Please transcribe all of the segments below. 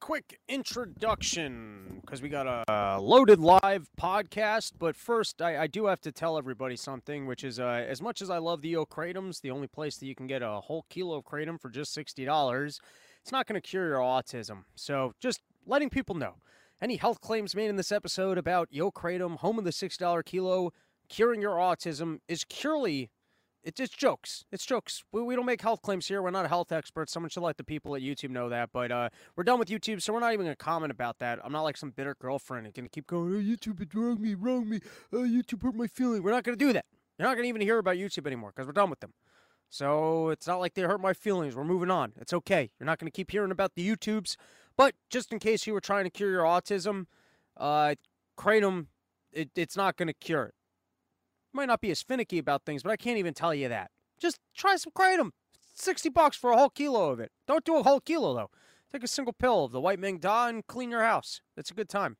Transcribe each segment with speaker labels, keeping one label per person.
Speaker 1: quick introduction because we got a uh, loaded live podcast. But first, I, I do have to tell everybody something, which is uh, as much as I love the old Kratom's, the only place that you can get a whole kilo of Kratom for just $60, it's not going to cure your autism. So just letting people know. Any health claims made in this episode about Yo Kratom, home of the $6 kilo, curing your autism is purely it's, it's jokes. It's jokes. We, we don't make health claims here. We're not health experts. Someone should let the people at YouTube know that. But uh, we're done with YouTube, so we're not even going to comment about that. I'm not like some bitter girlfriend who's going to keep going, oh, YouTube it wrong me, wrong me. Oh, YouTube hurt my feeling. We're not going to do that. You're not going to even hear about YouTube anymore because we're done with them. So it's not like they hurt my feelings. We're moving on. It's okay. You're not going to keep hearing about the YouTubes. But just in case you were trying to cure your autism, uh, Kratom, it, it's not going to cure it might not be as finicky about things, but I can't even tell you that. Just try some kratom. 60 bucks for a whole kilo of it. Don't do a whole kilo though. Take a single pill of the white Ming Da and clean your house. It's a good time.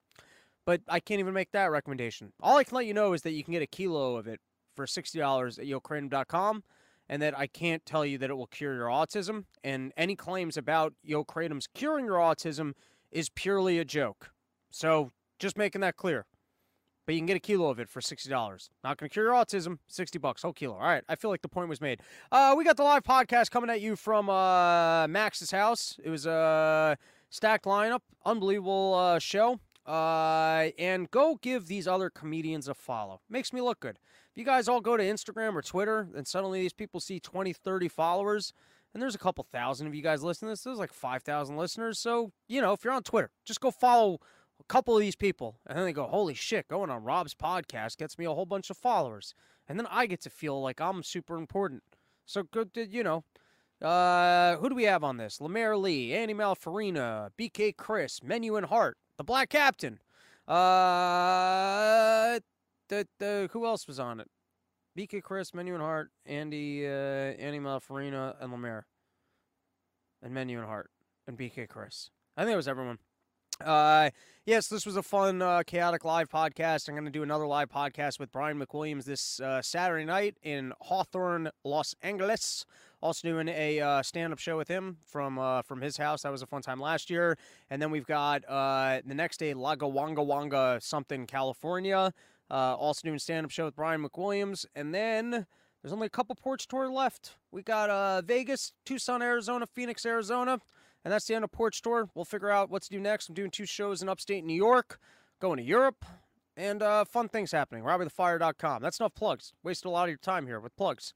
Speaker 1: But I can't even make that recommendation. All I can let you know is that you can get a kilo of it for $60 at yokratom.com and that I can't tell you that it will cure your autism. And any claims about Yo Kratom's curing your autism is purely a joke. So just making that clear but you can get a kilo of it for sixty dollars. Not going to cure your autism. Sixty bucks, whole kilo. All right, I feel like the point was made. Uh, we got the live podcast coming at you from uh, Max's house. It was a stacked lineup, unbelievable uh, show. Uh, and go give these other comedians a follow. Makes me look good. If you guys all go to Instagram or Twitter, and suddenly these people see 20, 30 followers, and there's a couple thousand of you guys listening to this. There's like 5,000 listeners. So, you know, if you're on Twitter, just go follow a couple of these people, and then they go, "Holy shit!" Going on Rob's podcast gets me a whole bunch of followers, and then I get to feel like I'm super important. So good, to, you know. Uh, who do we have on this? Lemaire Lee, Annie Malfarina, BK Chris, Menu and Hart, the Black Captain. Uh, the, the who else was on it? BK Chris, Menu and Hart, Andy, uh, Annie Malfarina, and Lemaire, and Menu and Hart, and BK Chris. I think it was everyone. Uh, yes, this was a fun, uh, chaotic live podcast. I'm going to do another live podcast with Brian McWilliams this uh, Saturday night in Hawthorne, Los Angeles. Also doing a uh, stand-up show with him from uh, from his house. That was a fun time last year. And then we've got uh, the next day Laga Wanga Wanga something California. Uh, also doing stand-up show with Brian McWilliams. And then there's only a couple porch tour left. We got uh, Vegas, Tucson, Arizona, Phoenix, Arizona. And that's the end of Porch Tour. We'll figure out what to do next. I'm doing two shows in upstate New York, going to Europe, and uh, fun things happening. RobbieTheFire.com. That's enough plugs. Wasted a lot of your time here with plugs.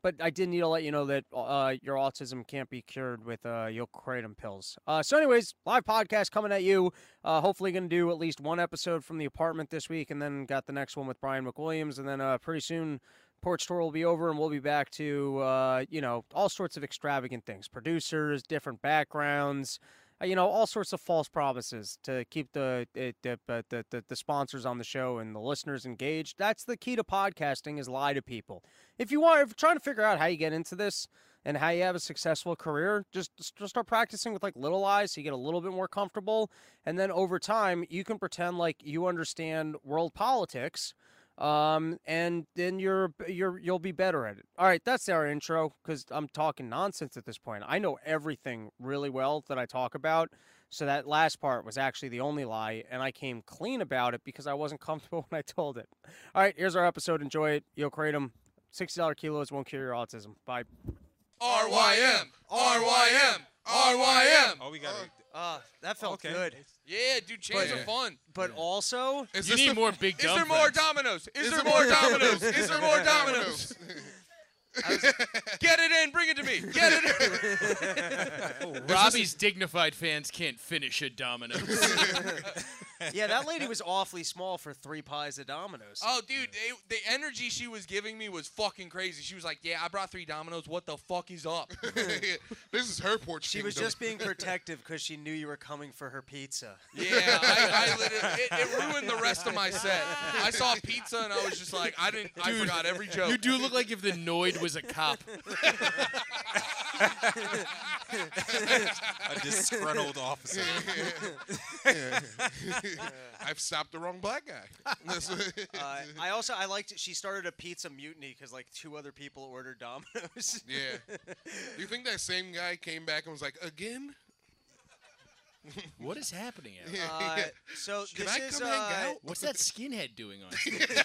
Speaker 1: But I did need to let you know that uh, your autism can't be cured with uh, your kratom pills. Uh, so, anyways, live podcast coming at you. Uh, hopefully, going to do at least one episode from the apartment this week, and then got the next one with Brian McWilliams, and then uh, pretty soon Porch Tour will be over, and we'll be back to uh, you know all sorts of extravagant things, producers, different backgrounds, uh, you know all sorts of false promises to keep the it, the, uh, the the the sponsors on the show and the listeners engaged. That's the key to podcasting is lie to people. If you want, if you're trying to figure out how you get into this and how you have a successful career, just just start practicing with like little lies so you get a little bit more comfortable, and then over time you can pretend like you understand world politics um, and then you're you're you'll be better at it. All right, that's our intro because I'm talking nonsense at this point. I know everything really well that I talk about, so that last part was actually the only lie, and I came clean about it because I wasn't comfortable when I told it. All right, here's our episode. Enjoy it. Yo, kratom. Sixty dollar kilos won't cure your autism. Bye.
Speaker 2: RYM, RYM, RYM.
Speaker 3: Oh, we got it.
Speaker 1: Uh, that felt
Speaker 3: Okay.
Speaker 1: good,
Speaker 2: Yeah, dude, chains are fun.
Speaker 1: but also
Speaker 2: Is
Speaker 4: You
Speaker 2: this
Speaker 4: need
Speaker 2: the-
Speaker 4: more big
Speaker 2: Is there
Speaker 4: dumb
Speaker 2: more
Speaker 4: friends.
Speaker 2: dominoes? Is there more dominoes? Is there more dominoes? Get it in, bring it to me. Get it in.
Speaker 4: Robbie's dignified fans can't finish a domino.
Speaker 1: yeah, that lady was awfully small for three pies of Domino's.
Speaker 2: Oh, dude, they, the energy she was giving me was fucking crazy. She was like, "Yeah, I brought three dominoes. What the fuck is up?"
Speaker 5: this is her porch.
Speaker 6: She was
Speaker 5: kingdom.
Speaker 6: just being protective because she knew you were coming for her pizza.
Speaker 2: Yeah, I, I literally, it, it ruined the rest of my set. I saw pizza and I was just like, I didn't, I
Speaker 4: Dude,
Speaker 2: forgot every joke.
Speaker 4: you do look like if the Noid was a cop.
Speaker 3: A disgruntled officer.
Speaker 5: I've stopped the wrong black guy. That's what-
Speaker 6: Uh, I also I liked she started a pizza mutiny because like two other people ordered Domino's.
Speaker 5: yeah. Do you think that same guy came back and was like, again?
Speaker 4: What is happening? Out?
Speaker 5: Yeah,
Speaker 1: Uh,
Speaker 5: yeah.
Speaker 1: so
Speaker 5: Can
Speaker 1: this
Speaker 5: I
Speaker 1: is
Speaker 5: come
Speaker 1: uh,
Speaker 5: hang out?
Speaker 4: What's that skinhead doing on? stage?
Speaker 5: Dude,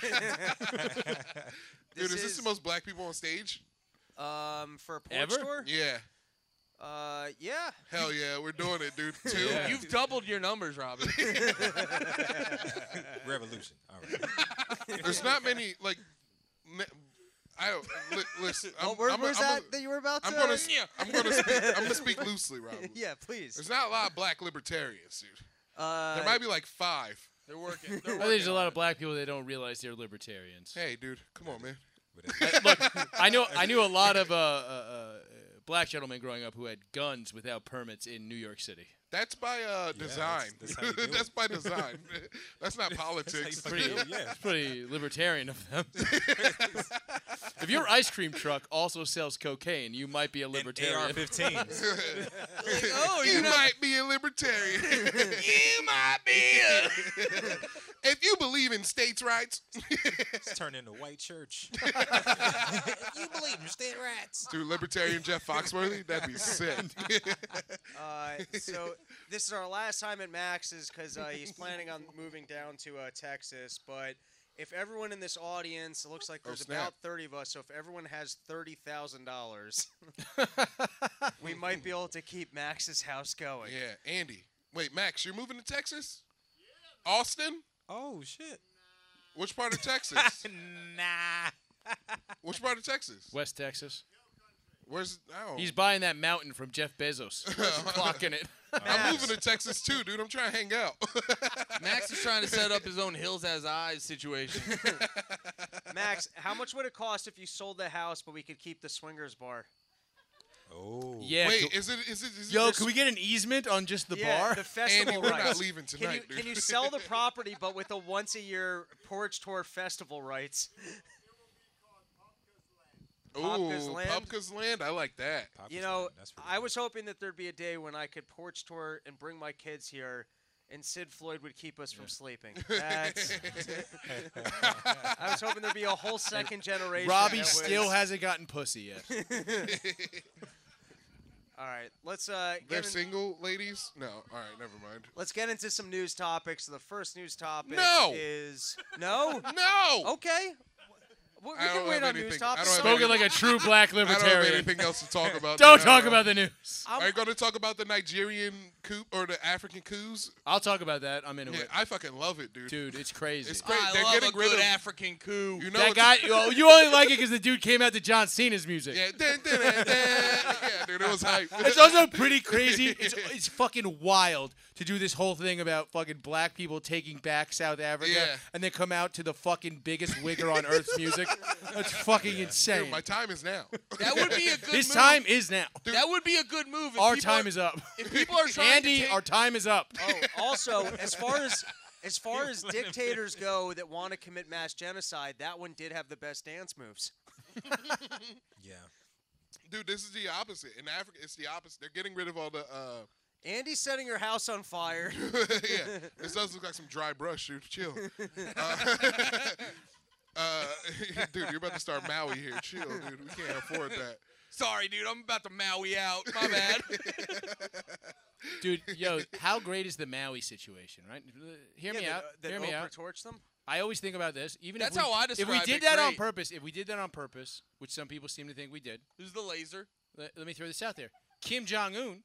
Speaker 1: this
Speaker 5: is this
Speaker 1: is-
Speaker 5: the most black people on stage?
Speaker 1: um for a porn
Speaker 4: Ever?
Speaker 1: store.
Speaker 5: Yeah.
Speaker 1: Uh, yeah.
Speaker 5: Hell yeah, we're doing it, dude. Two.
Speaker 4: Yeah.
Speaker 5: You-
Speaker 7: You've doubled your numbers, Robbie.
Speaker 8: Revolution. All right.
Speaker 5: There's not many like. Ne- I don't li- listen. I'm,
Speaker 1: what word
Speaker 5: I'm, a-
Speaker 1: was
Speaker 5: I'm
Speaker 1: Oh, that
Speaker 5: A,
Speaker 1: that you were about to?
Speaker 5: I'm gonna, I'm gonna, speak, I'm gonna speak loosely, Rob.
Speaker 1: yeah, please.
Speaker 5: There's not a lot of black libertarians, dude.
Speaker 1: Uh,
Speaker 5: There might be like five.
Speaker 7: They're working. They're
Speaker 4: I
Speaker 7: working.
Speaker 4: think there's a
Speaker 7: on
Speaker 4: lot
Speaker 7: it.
Speaker 4: of black people that don't realize they're libertarians.
Speaker 5: Hey, dude, come on, man.
Speaker 4: I, look, I know I knew a lot of uh, uh, uh, black gentlemen growing up who had guns without permits in New York City.
Speaker 5: That's by uh,
Speaker 8: that's-
Speaker 5: design.
Speaker 8: that's how you do it.
Speaker 5: That's by design. that's not politics.
Speaker 8: That's how you fucking do it, yeah.
Speaker 4: It's pretty libertarian of them. if your ice cream truck also sells cocaine, you might be a libertarian.
Speaker 8: AR-15s.
Speaker 1: oh,
Speaker 5: you
Speaker 1: you know.
Speaker 5: might be a libertarian. you might be. A... if you believe in states' rights,
Speaker 8: It's turned into white church. you believe in state rats?
Speaker 5: dude, libertarian Jeff Foxworthy, that'd be sick.
Speaker 1: Uh, so this is our last time at Max's because uh, he's planning on moving down to uh, Texas. But if everyone in this audience, it looks like
Speaker 5: Oh,
Speaker 1: there's
Speaker 5: snap.
Speaker 1: about 30 of us. So if everyone has thirty thousand dollars, we might be able to keep Max's house going.
Speaker 5: yeah, Andy. Wait, Max, you're moving to Texas? Austin?
Speaker 8: Oh shit.
Speaker 5: Which part of Texas?
Speaker 8: nah.
Speaker 5: Which part of Texas?
Speaker 4: West Texas.
Speaker 5: Where's? Oh,
Speaker 4: He's buying that mountain from Jeff Bezos. clocking it.
Speaker 5: I'm moving to Texas too, dude. I'm trying to hang out.
Speaker 7: Max is trying to set up his own hills as eyes situation.
Speaker 1: Max, how much would it cost if you sold the house, but we could keep the swingers bar?
Speaker 8: Oh.
Speaker 4: Yeah.
Speaker 5: Wait,
Speaker 4: cool.
Speaker 5: is it? Is it? Is it
Speaker 4: Yo,
Speaker 5: res-
Speaker 4: can we get an easement on just the
Speaker 1: yeah,
Speaker 4: bar?
Speaker 1: the
Speaker 5: Andy,
Speaker 1: festival
Speaker 5: we're
Speaker 1: rights.
Speaker 5: not leaving tonight,
Speaker 1: Can you,
Speaker 5: dude.
Speaker 1: can you sell the property, but with the once a year porch tour festival rights? Popka's
Speaker 5: Ooh,
Speaker 1: Land?
Speaker 5: Popka's Land. I like that.
Speaker 8: Pop
Speaker 1: You
Speaker 8: is
Speaker 1: know,
Speaker 8: good. That's pretty
Speaker 1: I
Speaker 8: good.
Speaker 1: was hoping that there'd be a day when I could porch tour and bring my kids here, and Sid Floyd would keep us from sleeping. That's, I was hoping there'd be a whole second generation.
Speaker 4: Robbie
Speaker 1: that
Speaker 4: still
Speaker 1: was-
Speaker 4: hasn't gotten pussy yet.
Speaker 1: All right, let's uh,
Speaker 5: They're
Speaker 1: get in-
Speaker 5: single ladies. No, all right, never mind.
Speaker 1: let's get into some news topics. The first news topic
Speaker 5: No!
Speaker 1: is no.
Speaker 5: No.
Speaker 4: Oh,
Speaker 1: Okay. We, we
Speaker 5: I don't
Speaker 1: can wait
Speaker 5: have
Speaker 1: on
Speaker 5: anything-
Speaker 1: news
Speaker 5: I
Speaker 1: topics.
Speaker 5: don't
Speaker 1: Someone-
Speaker 5: have
Speaker 4: Spoken like a true black
Speaker 5: I don't have
Speaker 4: libertarian.
Speaker 5: anything else to talk about.
Speaker 4: Don't
Speaker 5: that I
Speaker 4: talk
Speaker 5: know.
Speaker 4: about the news.
Speaker 5: Are you going to talk about the Nigerian coup or the African coups?
Speaker 4: I'll talk about that. I'm into
Speaker 5: Yeah,
Speaker 4: it.
Speaker 5: I fucking love it, dude.
Speaker 4: Dude, it's crazy.
Speaker 5: It's great.
Speaker 7: I
Speaker 5: They're
Speaker 7: love
Speaker 5: getting
Speaker 7: a
Speaker 5: rid
Speaker 7: good
Speaker 5: of-
Speaker 7: African coup.
Speaker 5: You know
Speaker 4: that
Speaker 5: it's-
Speaker 4: guy, yo, you only like it because the dude came out to John Cena's music.
Speaker 5: Yeah, dun, dun, dun, dun. yeah, dude, it was hype.
Speaker 4: It's also pretty crazy. It's, it's fucking wild to do this whole thing about fucking black people taking back South Africa
Speaker 5: Yeah.
Speaker 4: and then come out to the fucking biggest wigger on earth's music. That's fucking insane.
Speaker 5: Dude, my time is now.
Speaker 7: that would be a good
Speaker 4: His
Speaker 7: move.
Speaker 4: time is now.
Speaker 7: That would be a good move. If
Speaker 4: Our
Speaker 7: people
Speaker 4: time
Speaker 7: are,
Speaker 4: is up.
Speaker 7: If people are trying
Speaker 4: Andy,
Speaker 7: to take,
Speaker 4: our time is up.
Speaker 1: Oh, also, as far as as far as dictators go that want to commit mass genocide, that one did have the best dance moves.
Speaker 8: Yeah.
Speaker 5: Dude, this is the opposite. In Africa, it's the opposite. They're getting rid of all the. uh
Speaker 1: Andy's setting your house on fire.
Speaker 5: yeah, this does look like some dry brush, dude. Chill. Uh, uh, dude, you're about to start Maui here. Chill, dude. We can't afford that.
Speaker 7: sorry, dude, I'm about to Maui out. My bad.
Speaker 4: Dude, yo, how great is the Maui situation, right? Hear
Speaker 1: Yeah,
Speaker 4: me
Speaker 1: that,
Speaker 4: out.
Speaker 1: uh, that
Speaker 4: Hear me
Speaker 1: Oprah
Speaker 4: out.
Speaker 1: torched them.
Speaker 4: I always think about this. Even
Speaker 7: That's
Speaker 4: if we,
Speaker 7: how I
Speaker 4: if we
Speaker 7: describe
Speaker 4: did
Speaker 7: it,
Speaker 4: that on
Speaker 7: great.
Speaker 4: purpose, if we did that on purpose, which some people seem to think we did,
Speaker 7: Who's the laser?
Speaker 4: let, let me throw this out there. Kim Jong Un,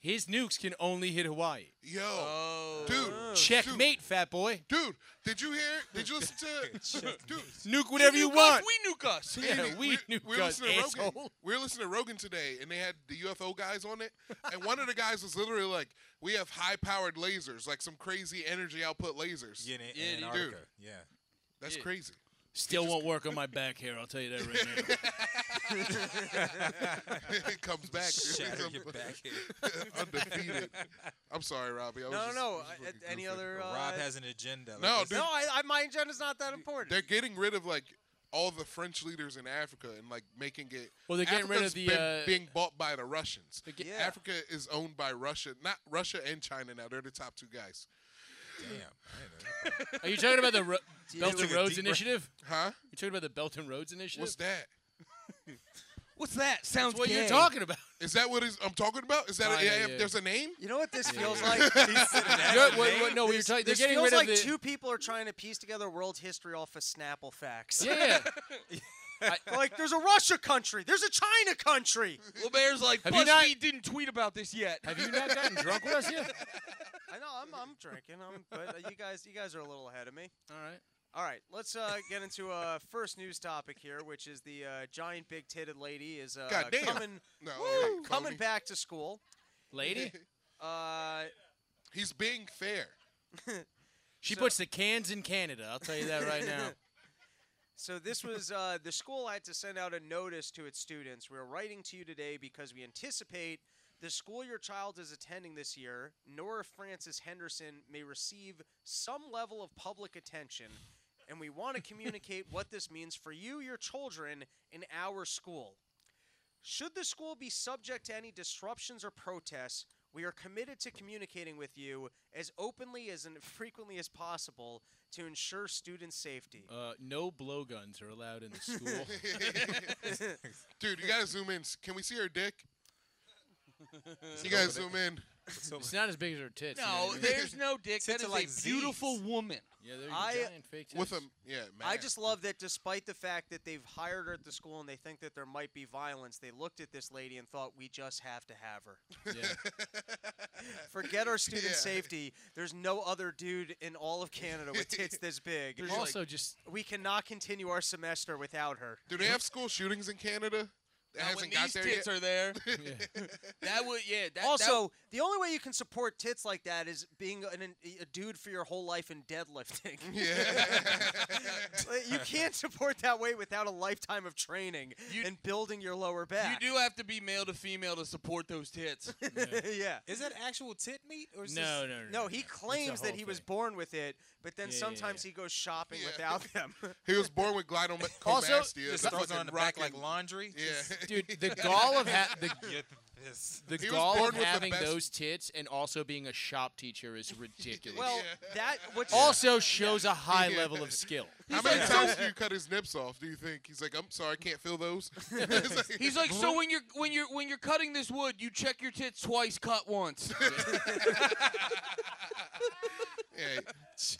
Speaker 4: his nukes can only hit Hawaii.
Speaker 5: Yo,
Speaker 7: Oh,
Speaker 2: Uh,
Speaker 5: dude.
Speaker 4: uh. Checkmate, fat boy.
Speaker 5: Dude, did you hear? Did you listen to? dude,
Speaker 4: Nuke whatever you
Speaker 7: Nuke us,
Speaker 4: want.
Speaker 7: We nuke us.
Speaker 4: Yeah,
Speaker 5: Andy,
Speaker 4: we nuke
Speaker 5: we were
Speaker 4: us,
Speaker 5: listening to Rogan.
Speaker 4: asshole.
Speaker 5: We were listening to Rogan today, and they had the UFO guys on it, and one of the guys was literally like, "We have high-powered lasers, like some crazy energy output lasers."
Speaker 8: Yeah, in
Speaker 7: Yeah, dude.
Speaker 8: Antarctica. Yeah.
Speaker 5: that's crazy.
Speaker 4: Still won't work on my back hair, I'll tell you that right now.
Speaker 5: it comes back.
Speaker 8: Shatter
Speaker 5: Dude.
Speaker 8: your back here.
Speaker 5: Undefeated. I'm sorry, Robbie. I was
Speaker 1: No,
Speaker 5: just-
Speaker 1: no, no.
Speaker 5: just
Speaker 1: uh,
Speaker 5: looking
Speaker 1: any
Speaker 5: goofy.
Speaker 1: other? Uh,
Speaker 8: Rob has an agenda. Like,
Speaker 5: No,
Speaker 8: it's-
Speaker 5: dude.
Speaker 1: no, I, I, my agenda's not that important.
Speaker 5: They're getting rid of like all the French leaders in Africa and like making it.
Speaker 4: Well, they're getting rid of
Speaker 5: Africa's
Speaker 4: the,
Speaker 5: been
Speaker 4: uh,
Speaker 5: being bought by the Russians.
Speaker 4: They're get-
Speaker 1: Yeah.
Speaker 5: Africa is owned by Russia, not Russia and China. Now they're the top two guys,
Speaker 8: Damn. I didn't know that.
Speaker 4: Are you talking about the Ro- Belt
Speaker 8: took
Speaker 4: and
Speaker 8: a
Speaker 4: Roads
Speaker 8: deep breath.
Speaker 4: Initiative?
Speaker 5: huh?
Speaker 4: You talking about the Belt and Roads Initiative?
Speaker 5: What's that?
Speaker 7: What's that? Sounds
Speaker 4: That's what
Speaker 7: gay.
Speaker 4: you're talking about.
Speaker 5: Is that what is, I'm talking about? Is that
Speaker 4: Kinda,
Speaker 5: yeah, if
Speaker 4: yeah.
Speaker 5: there's a name?
Speaker 1: You know what this feels
Speaker 8: yeah.
Speaker 1: like?
Speaker 4: You're- what- what- no, what you're
Speaker 1: This-
Speaker 4: talking- they're
Speaker 1: this
Speaker 4: getting
Speaker 1: feels
Speaker 4: rid of
Speaker 1: like
Speaker 4: the-
Speaker 1: two people are trying to piece together world history off of Snapple facts.
Speaker 4: Yeah.
Speaker 1: like there's a Russia country, there's a China country.
Speaker 7: Well, Bear's like,
Speaker 4: Have you not-
Speaker 7: BuzzFeed didn't tweet about this yet.
Speaker 4: Have you not gotten drunk with us yet?
Speaker 1: I know I'm I'm drinking, I'm, but uh, you guys you guys are a little ahead of me.
Speaker 4: All right.
Speaker 1: All right, let's uh, get into uh, first news topic here, which is the uh, giant big titted lady is uh,
Speaker 5: God damn.
Speaker 1: coming
Speaker 5: No.
Speaker 1: woo,
Speaker 5: Kobe.
Speaker 1: coming back to school.
Speaker 4: Lady?
Speaker 1: Uh,
Speaker 5: He's being fair.
Speaker 4: She
Speaker 1: So-
Speaker 4: puts the cans in Canada. I'll tell you that right now.
Speaker 1: So this was uh, the school had to send out a notice to its students. We're writing to you today because we anticipate the school your child is attending this year, Nora Francis Henderson, may receive some level of public attention, and we want to communicate what this means for you, your children, in our school. Should the school be subject to any disruptions or protests, we are committed to communicating with you as openly as and frequently as possible to ensure student safety.
Speaker 4: Uh, no blowguns are allowed in the school.
Speaker 5: Dude, you gotta zoom in. Can we see her dick? You gotta zoom in.
Speaker 4: It's not as big as her tits. you know
Speaker 7: No,
Speaker 4: what I mean?
Speaker 7: there's no dick.
Speaker 8: Tits
Speaker 7: That
Speaker 8: are
Speaker 7: is
Speaker 8: like
Speaker 7: a beautiful
Speaker 8: Z's.
Speaker 7: woman.
Speaker 4: Yeah, there's
Speaker 1: I-
Speaker 4: giant fake tits.
Speaker 5: With a yeah, man.
Speaker 1: I just love that despite the fact that they've hired her at the school and they think that there might be violence, they looked at this lady and thought, we just have to have her.
Speaker 4: Yeah.
Speaker 1: Forget our student
Speaker 5: Yeah.
Speaker 1: safety. There's no other dude in all of Canada with tits this big.
Speaker 5: There's
Speaker 4: Also, just
Speaker 1: we cannot continue our semester without her.
Speaker 5: Do they have school shootings in Canada? That
Speaker 7: Now, when
Speaker 5: hasn't got
Speaker 7: these
Speaker 5: there
Speaker 7: tits
Speaker 5: yet.
Speaker 7: are there,
Speaker 4: yeah.
Speaker 7: that would yeah. That,
Speaker 1: also, the only way you can support tits like that is being an, an- a dude for your whole life and deadlifting.
Speaker 5: yeah.
Speaker 1: you can't support that way without a lifetime of training
Speaker 7: You-
Speaker 1: and building your lower
Speaker 7: that,
Speaker 1: back.
Speaker 7: you do have to be male to female to support those tits.
Speaker 1: yeah.
Speaker 8: Is that actual tit meat or is
Speaker 4: no, no,
Speaker 8: This,
Speaker 4: no,
Speaker 1: No, he
Speaker 4: It's a
Speaker 1: claims that
Speaker 4: whole
Speaker 1: he was
Speaker 4: thing.
Speaker 1: born with it, but then
Speaker 4: Yeah, yeah,
Speaker 1: sometimes
Speaker 4: yeah.
Speaker 1: he goes shopping
Speaker 5: Yeah.
Speaker 1: without them.
Speaker 5: he was born with glidomastia.
Speaker 4: Also,
Speaker 8: Just
Speaker 5: the
Speaker 8: throws it
Speaker 5: fucking
Speaker 8: on the back like
Speaker 5: rocking-
Speaker 8: laundry. Just
Speaker 5: Yeah.
Speaker 4: Dude, the gall of ha- the
Speaker 8: Get this.
Speaker 4: the
Speaker 5: He was
Speaker 4: gall
Speaker 5: born
Speaker 4: of
Speaker 5: with the
Speaker 4: having
Speaker 5: best-
Speaker 4: those tits and also being a shop teacher is ridiculous.
Speaker 1: well,
Speaker 5: Yeah.
Speaker 1: that which
Speaker 4: also shows a high
Speaker 5: Yeah.
Speaker 4: level of skill.
Speaker 5: How many times do you cut his nips off? Do you think he's like, I'm sorry, I can't feel those? It's like-
Speaker 7: He's like, so when you're when you're when you're cutting this wood, you check your tits twice, cut once.
Speaker 5: Yeah.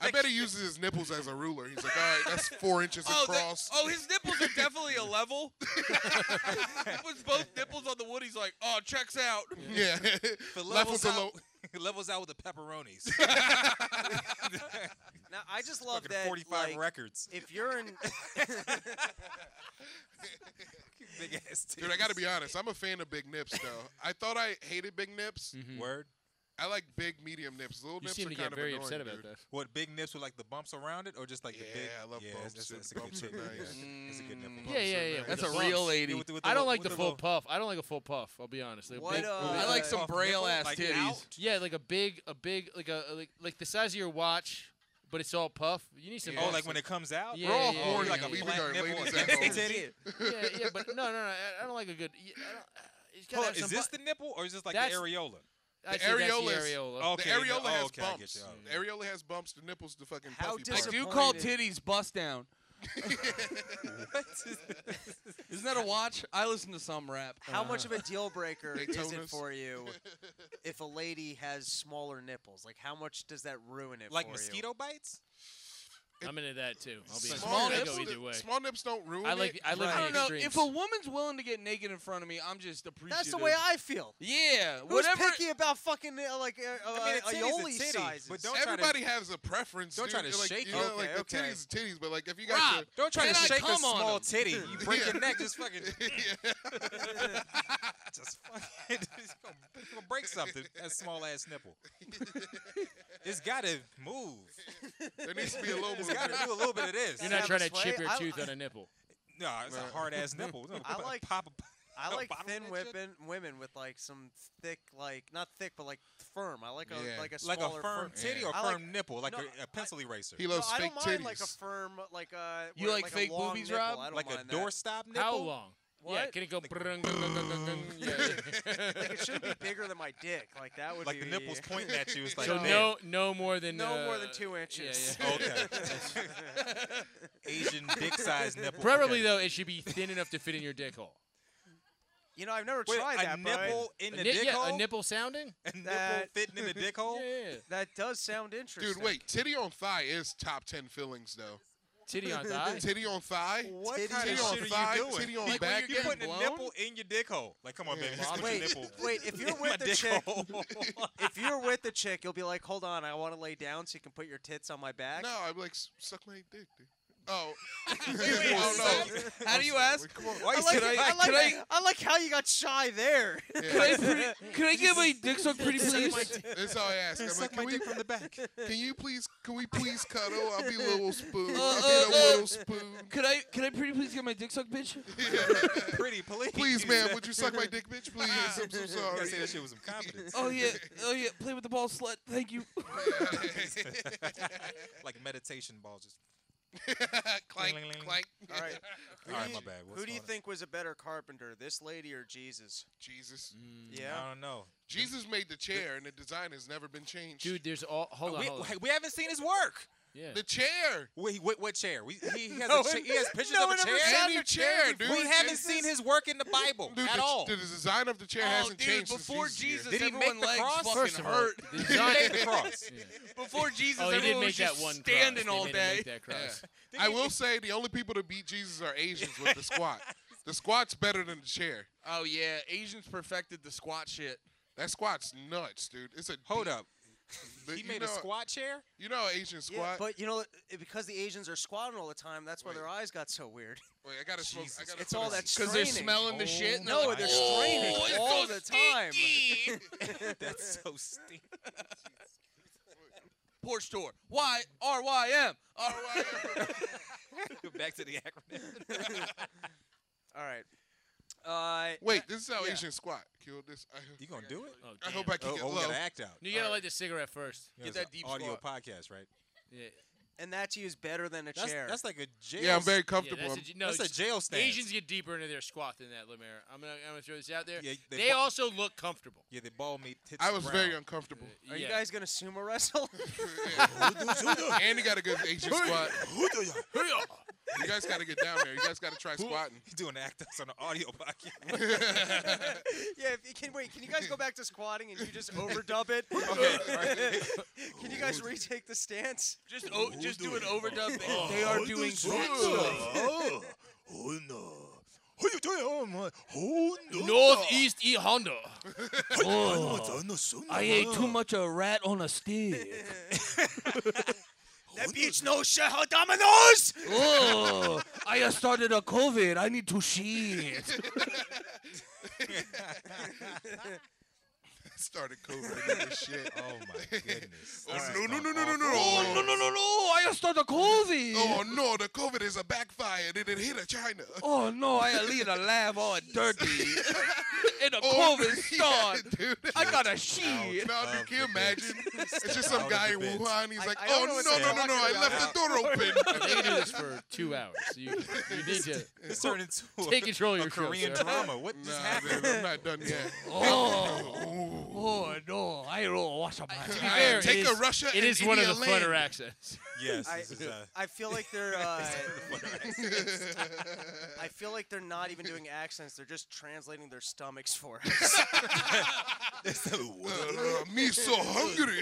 Speaker 5: I bet he uses his nipples as a ruler. He's like, all right, that's four inches
Speaker 7: oh, the-
Speaker 5: across.
Speaker 7: oh, his nipples are definitely a level. He puts both nipples on the wood. He's like, oh, checks out.
Speaker 5: yeah.
Speaker 8: The
Speaker 5: Left
Speaker 8: levels
Speaker 5: one's a
Speaker 8: out.
Speaker 5: low.
Speaker 8: levels out with the pepperonis.
Speaker 1: now, I just love
Speaker 8: Fucking
Speaker 1: that.
Speaker 8: 45
Speaker 1: like,
Speaker 8: records.
Speaker 1: if you're in,
Speaker 8: Big ass tits.
Speaker 5: Dude, I got to be honest. I'm a fan of big nips, though. I thought I hated big nips.
Speaker 4: Mm-hmm.
Speaker 8: Word.
Speaker 5: I like big, medium nips. Little
Speaker 4: You
Speaker 5: nips
Speaker 4: seem
Speaker 5: are
Speaker 4: to
Speaker 5: kind
Speaker 4: get
Speaker 5: of
Speaker 4: very
Speaker 5: annoying,
Speaker 4: upset
Speaker 5: dude.
Speaker 4: about that.
Speaker 8: What big nips with like the bumps around it, or just like the big?
Speaker 5: Yeah, I love
Speaker 8: yeah,
Speaker 5: bumps,
Speaker 8: That's,
Speaker 5: dude.
Speaker 8: that's, that's a good
Speaker 5: Bumps are
Speaker 8: tip.
Speaker 5: nice.
Speaker 8: Yeah, that's a- that's a good nipple.
Speaker 4: Mm. Yeah, yeah, yeah.
Speaker 5: That's
Speaker 4: with
Speaker 7: a
Speaker 4: the
Speaker 7: real
Speaker 4: bumps.
Speaker 7: lady.
Speaker 8: Yeah, with the- with
Speaker 4: I don't
Speaker 8: little-
Speaker 4: like
Speaker 8: with
Speaker 4: the full
Speaker 8: little-
Speaker 4: puff. I don't like a full puff. I'll be honest. Like a
Speaker 1: What,
Speaker 4: big-
Speaker 1: uh,
Speaker 7: I like some
Speaker 8: Soft
Speaker 7: braille
Speaker 8: nipple,
Speaker 7: ass
Speaker 8: like
Speaker 7: titties.
Speaker 8: out?
Speaker 4: yeah, like a big, a big, like a like, like the size of your watch, but it's all puff. You need some.
Speaker 8: Oh,
Speaker 4: puff.
Speaker 8: like when it comes out?
Speaker 4: Yeah, We're all yeah, yeah.
Speaker 8: Or
Speaker 4: horny
Speaker 8: like a
Speaker 4: and leaving
Speaker 8: black
Speaker 5: our
Speaker 8: nipple
Speaker 5: ladies
Speaker 8: and
Speaker 5: at
Speaker 8: a
Speaker 5: home.
Speaker 8: titty?
Speaker 4: Yeah, yeah, but no, no, no. I, I don't like a good. yeah, I don't, it's gotta
Speaker 8: Hold on,
Speaker 4: have
Speaker 8: Is
Speaker 4: some
Speaker 8: this
Speaker 4: bu-
Speaker 8: the nipple or is this like the
Speaker 4: That's-
Speaker 8: areola?
Speaker 4: I'd
Speaker 5: the
Speaker 4: say that's
Speaker 5: areolas?
Speaker 4: the areola.
Speaker 8: Oh,
Speaker 5: the
Speaker 8: Okay,
Speaker 5: areola
Speaker 8: no-
Speaker 5: has
Speaker 8: okay, I get
Speaker 5: bumps.
Speaker 8: you, I
Speaker 5: The areola has bumps. The nipple's the fucking
Speaker 1: How
Speaker 5: puffy part.
Speaker 7: I do call
Speaker 1: Disappointed.
Speaker 7: titties bust down. Isn't that a watch? I listen to some rap.
Speaker 1: how much of a deal breaker is it
Speaker 5: Daytonas.
Speaker 1: for you if a lady has smaller nipples? Like, how much does that ruin it?
Speaker 8: Like
Speaker 1: for
Speaker 8: mosquito bites?
Speaker 4: I'm into that too. I'll be honest.
Speaker 5: Small
Speaker 4: I
Speaker 5: nips,
Speaker 4: go either way.
Speaker 5: small nips don't ruin
Speaker 4: I like.
Speaker 5: it.
Speaker 4: I live
Speaker 7: I
Speaker 4: in
Speaker 7: don't
Speaker 4: the
Speaker 7: know.
Speaker 4: extremes.
Speaker 7: If a woman's willing to get naked in front of me, I'm just
Speaker 1: You?
Speaker 7: appreciative.
Speaker 1: That's the way I feel.
Speaker 7: Yeah,
Speaker 1: Who's
Speaker 7: whatever.
Speaker 1: picky about fucking uh, like uh, uh,
Speaker 8: I mean, a titty's a
Speaker 1: aioli
Speaker 8: titty,
Speaker 1: sizes?
Speaker 8: but don't- try to-
Speaker 5: Everybody has a preference.
Speaker 8: don't
Speaker 5: dude.
Speaker 8: try to
Speaker 5: You're like,
Speaker 8: shake
Speaker 5: you
Speaker 8: it.
Speaker 5: know, like
Speaker 1: Okay,
Speaker 5: the
Speaker 1: okay.
Speaker 5: titties, the titties, but like if you got
Speaker 7: Rob,
Speaker 8: Don't try
Speaker 7: Can
Speaker 8: to
Speaker 7: I
Speaker 8: shake a
Speaker 7: come on
Speaker 8: small
Speaker 7: 'em?
Speaker 8: titty. You break your neck, just fucking,
Speaker 5: the, yeah.
Speaker 8: just fucking, just gonna, gonna break something. That small ass nipple. It's gotta move.
Speaker 5: there needs to be a little
Speaker 8: It's
Speaker 5: movement.
Speaker 8: gotta do a little bit of this.
Speaker 4: You're
Speaker 1: have
Speaker 4: not
Speaker 1: a
Speaker 4: trying to
Speaker 1: sway.
Speaker 4: chip your
Speaker 1: I-
Speaker 4: tooth on a nipple.
Speaker 8: No, it's
Speaker 5: Right.
Speaker 8: a hard ass nipple. No,
Speaker 1: I
Speaker 8: pop a-
Speaker 1: like-
Speaker 8: pop a-
Speaker 1: I
Speaker 8: No,
Speaker 1: like
Speaker 8: bottom of
Speaker 1: thin
Speaker 8: that shit?
Speaker 1: women, women with like some thick, like not thick, but like firm. I like a
Speaker 5: Yeah.
Speaker 1: like a
Speaker 8: like a
Speaker 1: smaller
Speaker 8: firm titty or
Speaker 1: I like-
Speaker 8: firm nipple, like
Speaker 1: no,
Speaker 8: a, a pencil eraser,
Speaker 5: He
Speaker 1: No,
Speaker 5: loves
Speaker 1: I
Speaker 5: fake
Speaker 1: don't mind like a
Speaker 5: titties.
Speaker 1: firm, like a
Speaker 7: You
Speaker 1: where-
Speaker 7: like fake
Speaker 1: a long
Speaker 7: boobies,
Speaker 1: nipple.
Speaker 7: Rob?
Speaker 1: I don't
Speaker 8: like a
Speaker 1: mind
Speaker 8: doorstop nipple.
Speaker 4: How long? Yeah,
Speaker 1: What?
Speaker 4: can it go? brung, brung, brung, brung, brung? Yeah,
Speaker 1: That. Like it should be bigger than my dick. Like that would
Speaker 8: Like
Speaker 1: be
Speaker 8: the nipples pointing at you. It's
Speaker 4: yeah.
Speaker 8: like
Speaker 4: So
Speaker 8: man,
Speaker 4: no, no more than
Speaker 1: no more than
Speaker 4: uh,
Speaker 1: two inches.
Speaker 4: yeah.
Speaker 8: Okay. Asian dick size nipple.
Speaker 4: Preferably
Speaker 8: Okay.
Speaker 4: though, it should be thin enough to fit in your dick hole.
Speaker 1: You know, I've never
Speaker 8: Wait,
Speaker 1: tried
Speaker 8: a
Speaker 1: that, but
Speaker 8: nipple in
Speaker 4: A,
Speaker 8: the
Speaker 4: ni-
Speaker 8: dick
Speaker 4: yeah,
Speaker 8: hole?
Speaker 4: a nipple sounding?
Speaker 8: A nipple
Speaker 1: That-
Speaker 8: fitting in the dick hole?
Speaker 4: Yeah.
Speaker 1: that does sound interesting.
Speaker 5: Dude, wait. Titty on thigh is top ten feelings though.
Speaker 4: Titty on thigh?
Speaker 5: Titty on thigh.
Speaker 8: What
Speaker 1: Titty
Speaker 8: kind
Speaker 5: Titty
Speaker 8: of
Speaker 5: on
Speaker 8: shit are
Speaker 5: thigh,
Speaker 8: you doing?
Speaker 5: titty on
Speaker 8: like,
Speaker 5: back,
Speaker 8: you're
Speaker 5: getting
Speaker 8: putting a
Speaker 4: blown?
Speaker 8: nipple in your dick hole. Like, come on, baby, let's put
Speaker 1: Wait,
Speaker 8: your nipple.
Speaker 1: wait, if you're
Speaker 8: in my
Speaker 1: with the
Speaker 8: dick
Speaker 1: chick-
Speaker 8: hole.
Speaker 1: If you're with a chick, you'll be like, "Hold on, I want to lay down so you can put your tits on my back."
Speaker 5: No, I'm like "S- suck my dick, dude. Oh,
Speaker 8: wait,
Speaker 5: oh
Speaker 8: is
Speaker 5: no.
Speaker 8: that-
Speaker 1: How do you ask?
Speaker 5: Come on.
Speaker 8: Why
Speaker 1: I
Speaker 8: you
Speaker 1: like,
Speaker 8: said
Speaker 1: I,
Speaker 8: I-
Speaker 1: like,
Speaker 7: can I-
Speaker 1: I like how you got shy there.
Speaker 5: Yeah.
Speaker 7: Can I, pre- can I get my dick sucked pretty please?
Speaker 5: That's all I ask. I'm like,
Speaker 8: Suck my
Speaker 5: can, we,
Speaker 8: dick from the back.
Speaker 5: can you please, can we please cuddle? I'll be little spoon.
Speaker 7: Uh,
Speaker 5: I'll
Speaker 7: uh,
Speaker 5: be the
Speaker 7: uh.
Speaker 5: little spoon.
Speaker 7: Can I can I pretty please get my dick sucked, bitch?
Speaker 8: Pretty, please.
Speaker 5: Please, ma'am, would you suck my dick, bitch? Please, I'm so
Speaker 8: You gotta
Speaker 5: sorry.
Speaker 8: say that shit with some confidence.
Speaker 7: Oh yeah, oh yeah. Play with the ball, slut. Thank you.
Speaker 8: like meditation balls. Just
Speaker 5: clank,
Speaker 8: Ling, ling, ling.
Speaker 5: clank.
Speaker 1: All right. Who do
Speaker 8: All right,
Speaker 1: you-
Speaker 8: my bad. What's
Speaker 1: Who do you
Speaker 8: going on?
Speaker 1: think was a better carpenter, this lady or Jesus?
Speaker 5: Jesus,
Speaker 1: Yeah.
Speaker 8: Mm, I don't know.
Speaker 5: Jesus made the chair, and the design has never been changed.
Speaker 4: Dude, there's all. Hold on.
Speaker 8: we,
Speaker 4: Hold on.
Speaker 8: we haven't seen his work.
Speaker 4: Yeah.
Speaker 5: the chair,
Speaker 8: Wait, what, what chair? We, he, he has
Speaker 1: No
Speaker 8: a cha-
Speaker 1: one-
Speaker 8: he has pictures
Speaker 1: no
Speaker 8: of a
Speaker 1: one ever
Speaker 8: chair.
Speaker 1: saw
Speaker 5: and
Speaker 1: the
Speaker 5: the chair, dude.
Speaker 8: we haven't
Speaker 5: Jesus-
Speaker 8: seen his work in the Bible
Speaker 5: dude,
Speaker 8: Oh, at
Speaker 5: the,
Speaker 8: all.
Speaker 5: The design of the chair
Speaker 7: Oh,
Speaker 5: hasn't
Speaker 7: dude,
Speaker 5: changed since
Speaker 7: before
Speaker 5: Jesus.
Speaker 7: Jesus,
Speaker 5: here.
Speaker 8: Did he make
Speaker 7: everyone
Speaker 8: the
Speaker 7: legs
Speaker 8: cross?
Speaker 7: fucking
Speaker 4: First of all,
Speaker 7: hurt.
Speaker 4: the
Speaker 8: He
Speaker 4: design-
Speaker 8: made the cross.
Speaker 7: Before Jesus,
Speaker 4: Oh, he
Speaker 7: everyone was
Speaker 4: did make that
Speaker 7: just
Speaker 4: one cross.
Speaker 7: standing
Speaker 4: They
Speaker 7: all
Speaker 4: made him
Speaker 7: day.
Speaker 4: Make that
Speaker 5: Yeah.
Speaker 4: cross.
Speaker 5: I will say the only people to beat Jesus are Asians with the squat. The squat's better than the chair.
Speaker 7: Oh yeah, Asians perfected the squat shit.
Speaker 5: That squat's nuts, dude. It's a
Speaker 8: Hold
Speaker 5: deep-
Speaker 8: up.
Speaker 5: the-
Speaker 8: He
Speaker 5: you
Speaker 8: made
Speaker 5: know,
Speaker 8: a squat chair?
Speaker 5: You know an Asian
Speaker 1: Yeah,
Speaker 5: squat.
Speaker 1: but you know, it- because the Asians are squatting all the time, that's why
Speaker 5: Wait.
Speaker 1: their eyes got so weird.
Speaker 5: Wait, I gotta smoke. I
Speaker 8: Jesus.
Speaker 5: gotta
Speaker 1: It's all
Speaker 5: put a-
Speaker 1: that
Speaker 7: Because they're
Speaker 1: straining.
Speaker 7: smelling the shit. and
Speaker 1: No,
Speaker 7: like,
Speaker 1: they're
Speaker 7: "Oh,
Speaker 1: straining
Speaker 7: it's
Speaker 1: all
Speaker 7: so
Speaker 1: the time.
Speaker 7: stinky."
Speaker 8: Oh, That's so stinky.
Speaker 7: Porch tour. Y R Y M. R Y M.
Speaker 8: Back to the acronym.
Speaker 1: All right. Uh,
Speaker 5: Wait, this is how
Speaker 1: Yeah.
Speaker 5: Asian squat killed this. I,
Speaker 8: Oh, You gonna do it?
Speaker 4: Oh,
Speaker 5: I
Speaker 4: damn.
Speaker 5: hope I can
Speaker 8: Oh,
Speaker 5: get
Speaker 8: oh, we
Speaker 5: low.
Speaker 8: gotta act out.
Speaker 4: You gotta
Speaker 5: Alright.
Speaker 4: light the cigarette first.
Speaker 8: Yeah, it's
Speaker 7: that
Speaker 8: a
Speaker 7: deep
Speaker 8: audio
Speaker 7: squat.
Speaker 8: podcast, right?
Speaker 4: Yeah.
Speaker 1: and that to you is better than a
Speaker 8: That's,
Speaker 1: chair.
Speaker 8: that's like a jail.
Speaker 5: Yeah, I'm very
Speaker 8: s-
Speaker 5: comfortable.
Speaker 4: Yeah,
Speaker 5: I'm-
Speaker 4: that's, a, no,
Speaker 8: that's a
Speaker 4: it's-
Speaker 8: jail stance.
Speaker 4: Asians get deeper into their squat than that, Lemaire. I'm gonna, I'm gonna throw this out there.
Speaker 8: Yeah,
Speaker 4: they
Speaker 8: they bu-
Speaker 4: also look comfortable.
Speaker 8: Yeah, the ball meat hits
Speaker 5: I
Speaker 8: the
Speaker 5: was
Speaker 8: ground.
Speaker 5: very uncomfortable.
Speaker 1: are you
Speaker 4: Yeah.
Speaker 1: guys gonna sumo wrestle?
Speaker 5: and he got a good Asian squat.
Speaker 4: Hoo-yah!
Speaker 5: You guys gotta get down there. You guys gotta try squatting.
Speaker 8: He's doing the act outs on the audio podcast.
Speaker 1: yeah. If you can wait, can you guys go back to squatting and you just overdub it? can you guys retake the stance?
Speaker 7: Just o- just do an overdub.
Speaker 4: Oh,
Speaker 7: They are doing
Speaker 8: oh, oh no. What you doing? Oh my. Oh
Speaker 4: Northeast E Honda. Oh.
Speaker 7: I ate too much of a rat on a stick.
Speaker 1: That beach no shit dominoes.
Speaker 7: oh, I just started a COVID. I need to shit.
Speaker 5: Started COVID and this shit.
Speaker 8: Oh my goodness.
Speaker 5: Oh,
Speaker 8: This is
Speaker 5: no, no,
Speaker 8: going
Speaker 5: no, no, no,
Speaker 8: awful.
Speaker 5: no.
Speaker 7: Oh, no, no, no, no. I just started a COVID.
Speaker 5: Oh no, the COVID is a backfire. Did it hit a China?
Speaker 7: Oh, no. I lead a lab all dirty. and a
Speaker 5: Oh,
Speaker 7: COVID start.
Speaker 5: yeah, dude.
Speaker 7: I got a shit.
Speaker 5: No,
Speaker 8: Out
Speaker 5: dude, can you
Speaker 8: of the bed.
Speaker 5: imagine? It's just some
Speaker 8: Out of
Speaker 5: guy
Speaker 8: the
Speaker 5: in
Speaker 8: bed.
Speaker 5: Wuhan. He's
Speaker 1: I-
Speaker 5: like,
Speaker 1: I
Speaker 5: oh
Speaker 1: don't know
Speaker 5: no,
Speaker 1: what
Speaker 5: no,
Speaker 1: they're
Speaker 5: no, no, I
Speaker 1: talking
Speaker 5: left the door open.
Speaker 4: They can do this for two hours. So you, you need to
Speaker 8: This turned into a,
Speaker 4: take control of
Speaker 8: a
Speaker 4: your
Speaker 8: Korean drama. What just
Speaker 5: nah,
Speaker 8: happened?
Speaker 5: dude, I'm not done yet.
Speaker 7: Oh, oh no. I don't wash my
Speaker 4: To be
Speaker 5: Uh,
Speaker 4: fair,
Speaker 5: take
Speaker 4: it
Speaker 5: a
Speaker 4: is,
Speaker 5: Russia
Speaker 4: It
Speaker 5: and
Speaker 4: is one of the
Speaker 5: India land.
Speaker 4: funner accents.
Speaker 8: Yes.
Speaker 1: I-
Speaker 8: this is, uh,
Speaker 1: I feel like they're. Uh,
Speaker 7: Oh.
Speaker 5: Dude,
Speaker 1: I feel like they're not even doing accents. They're just translating their stomachs for us.
Speaker 5: uh, me so hungry.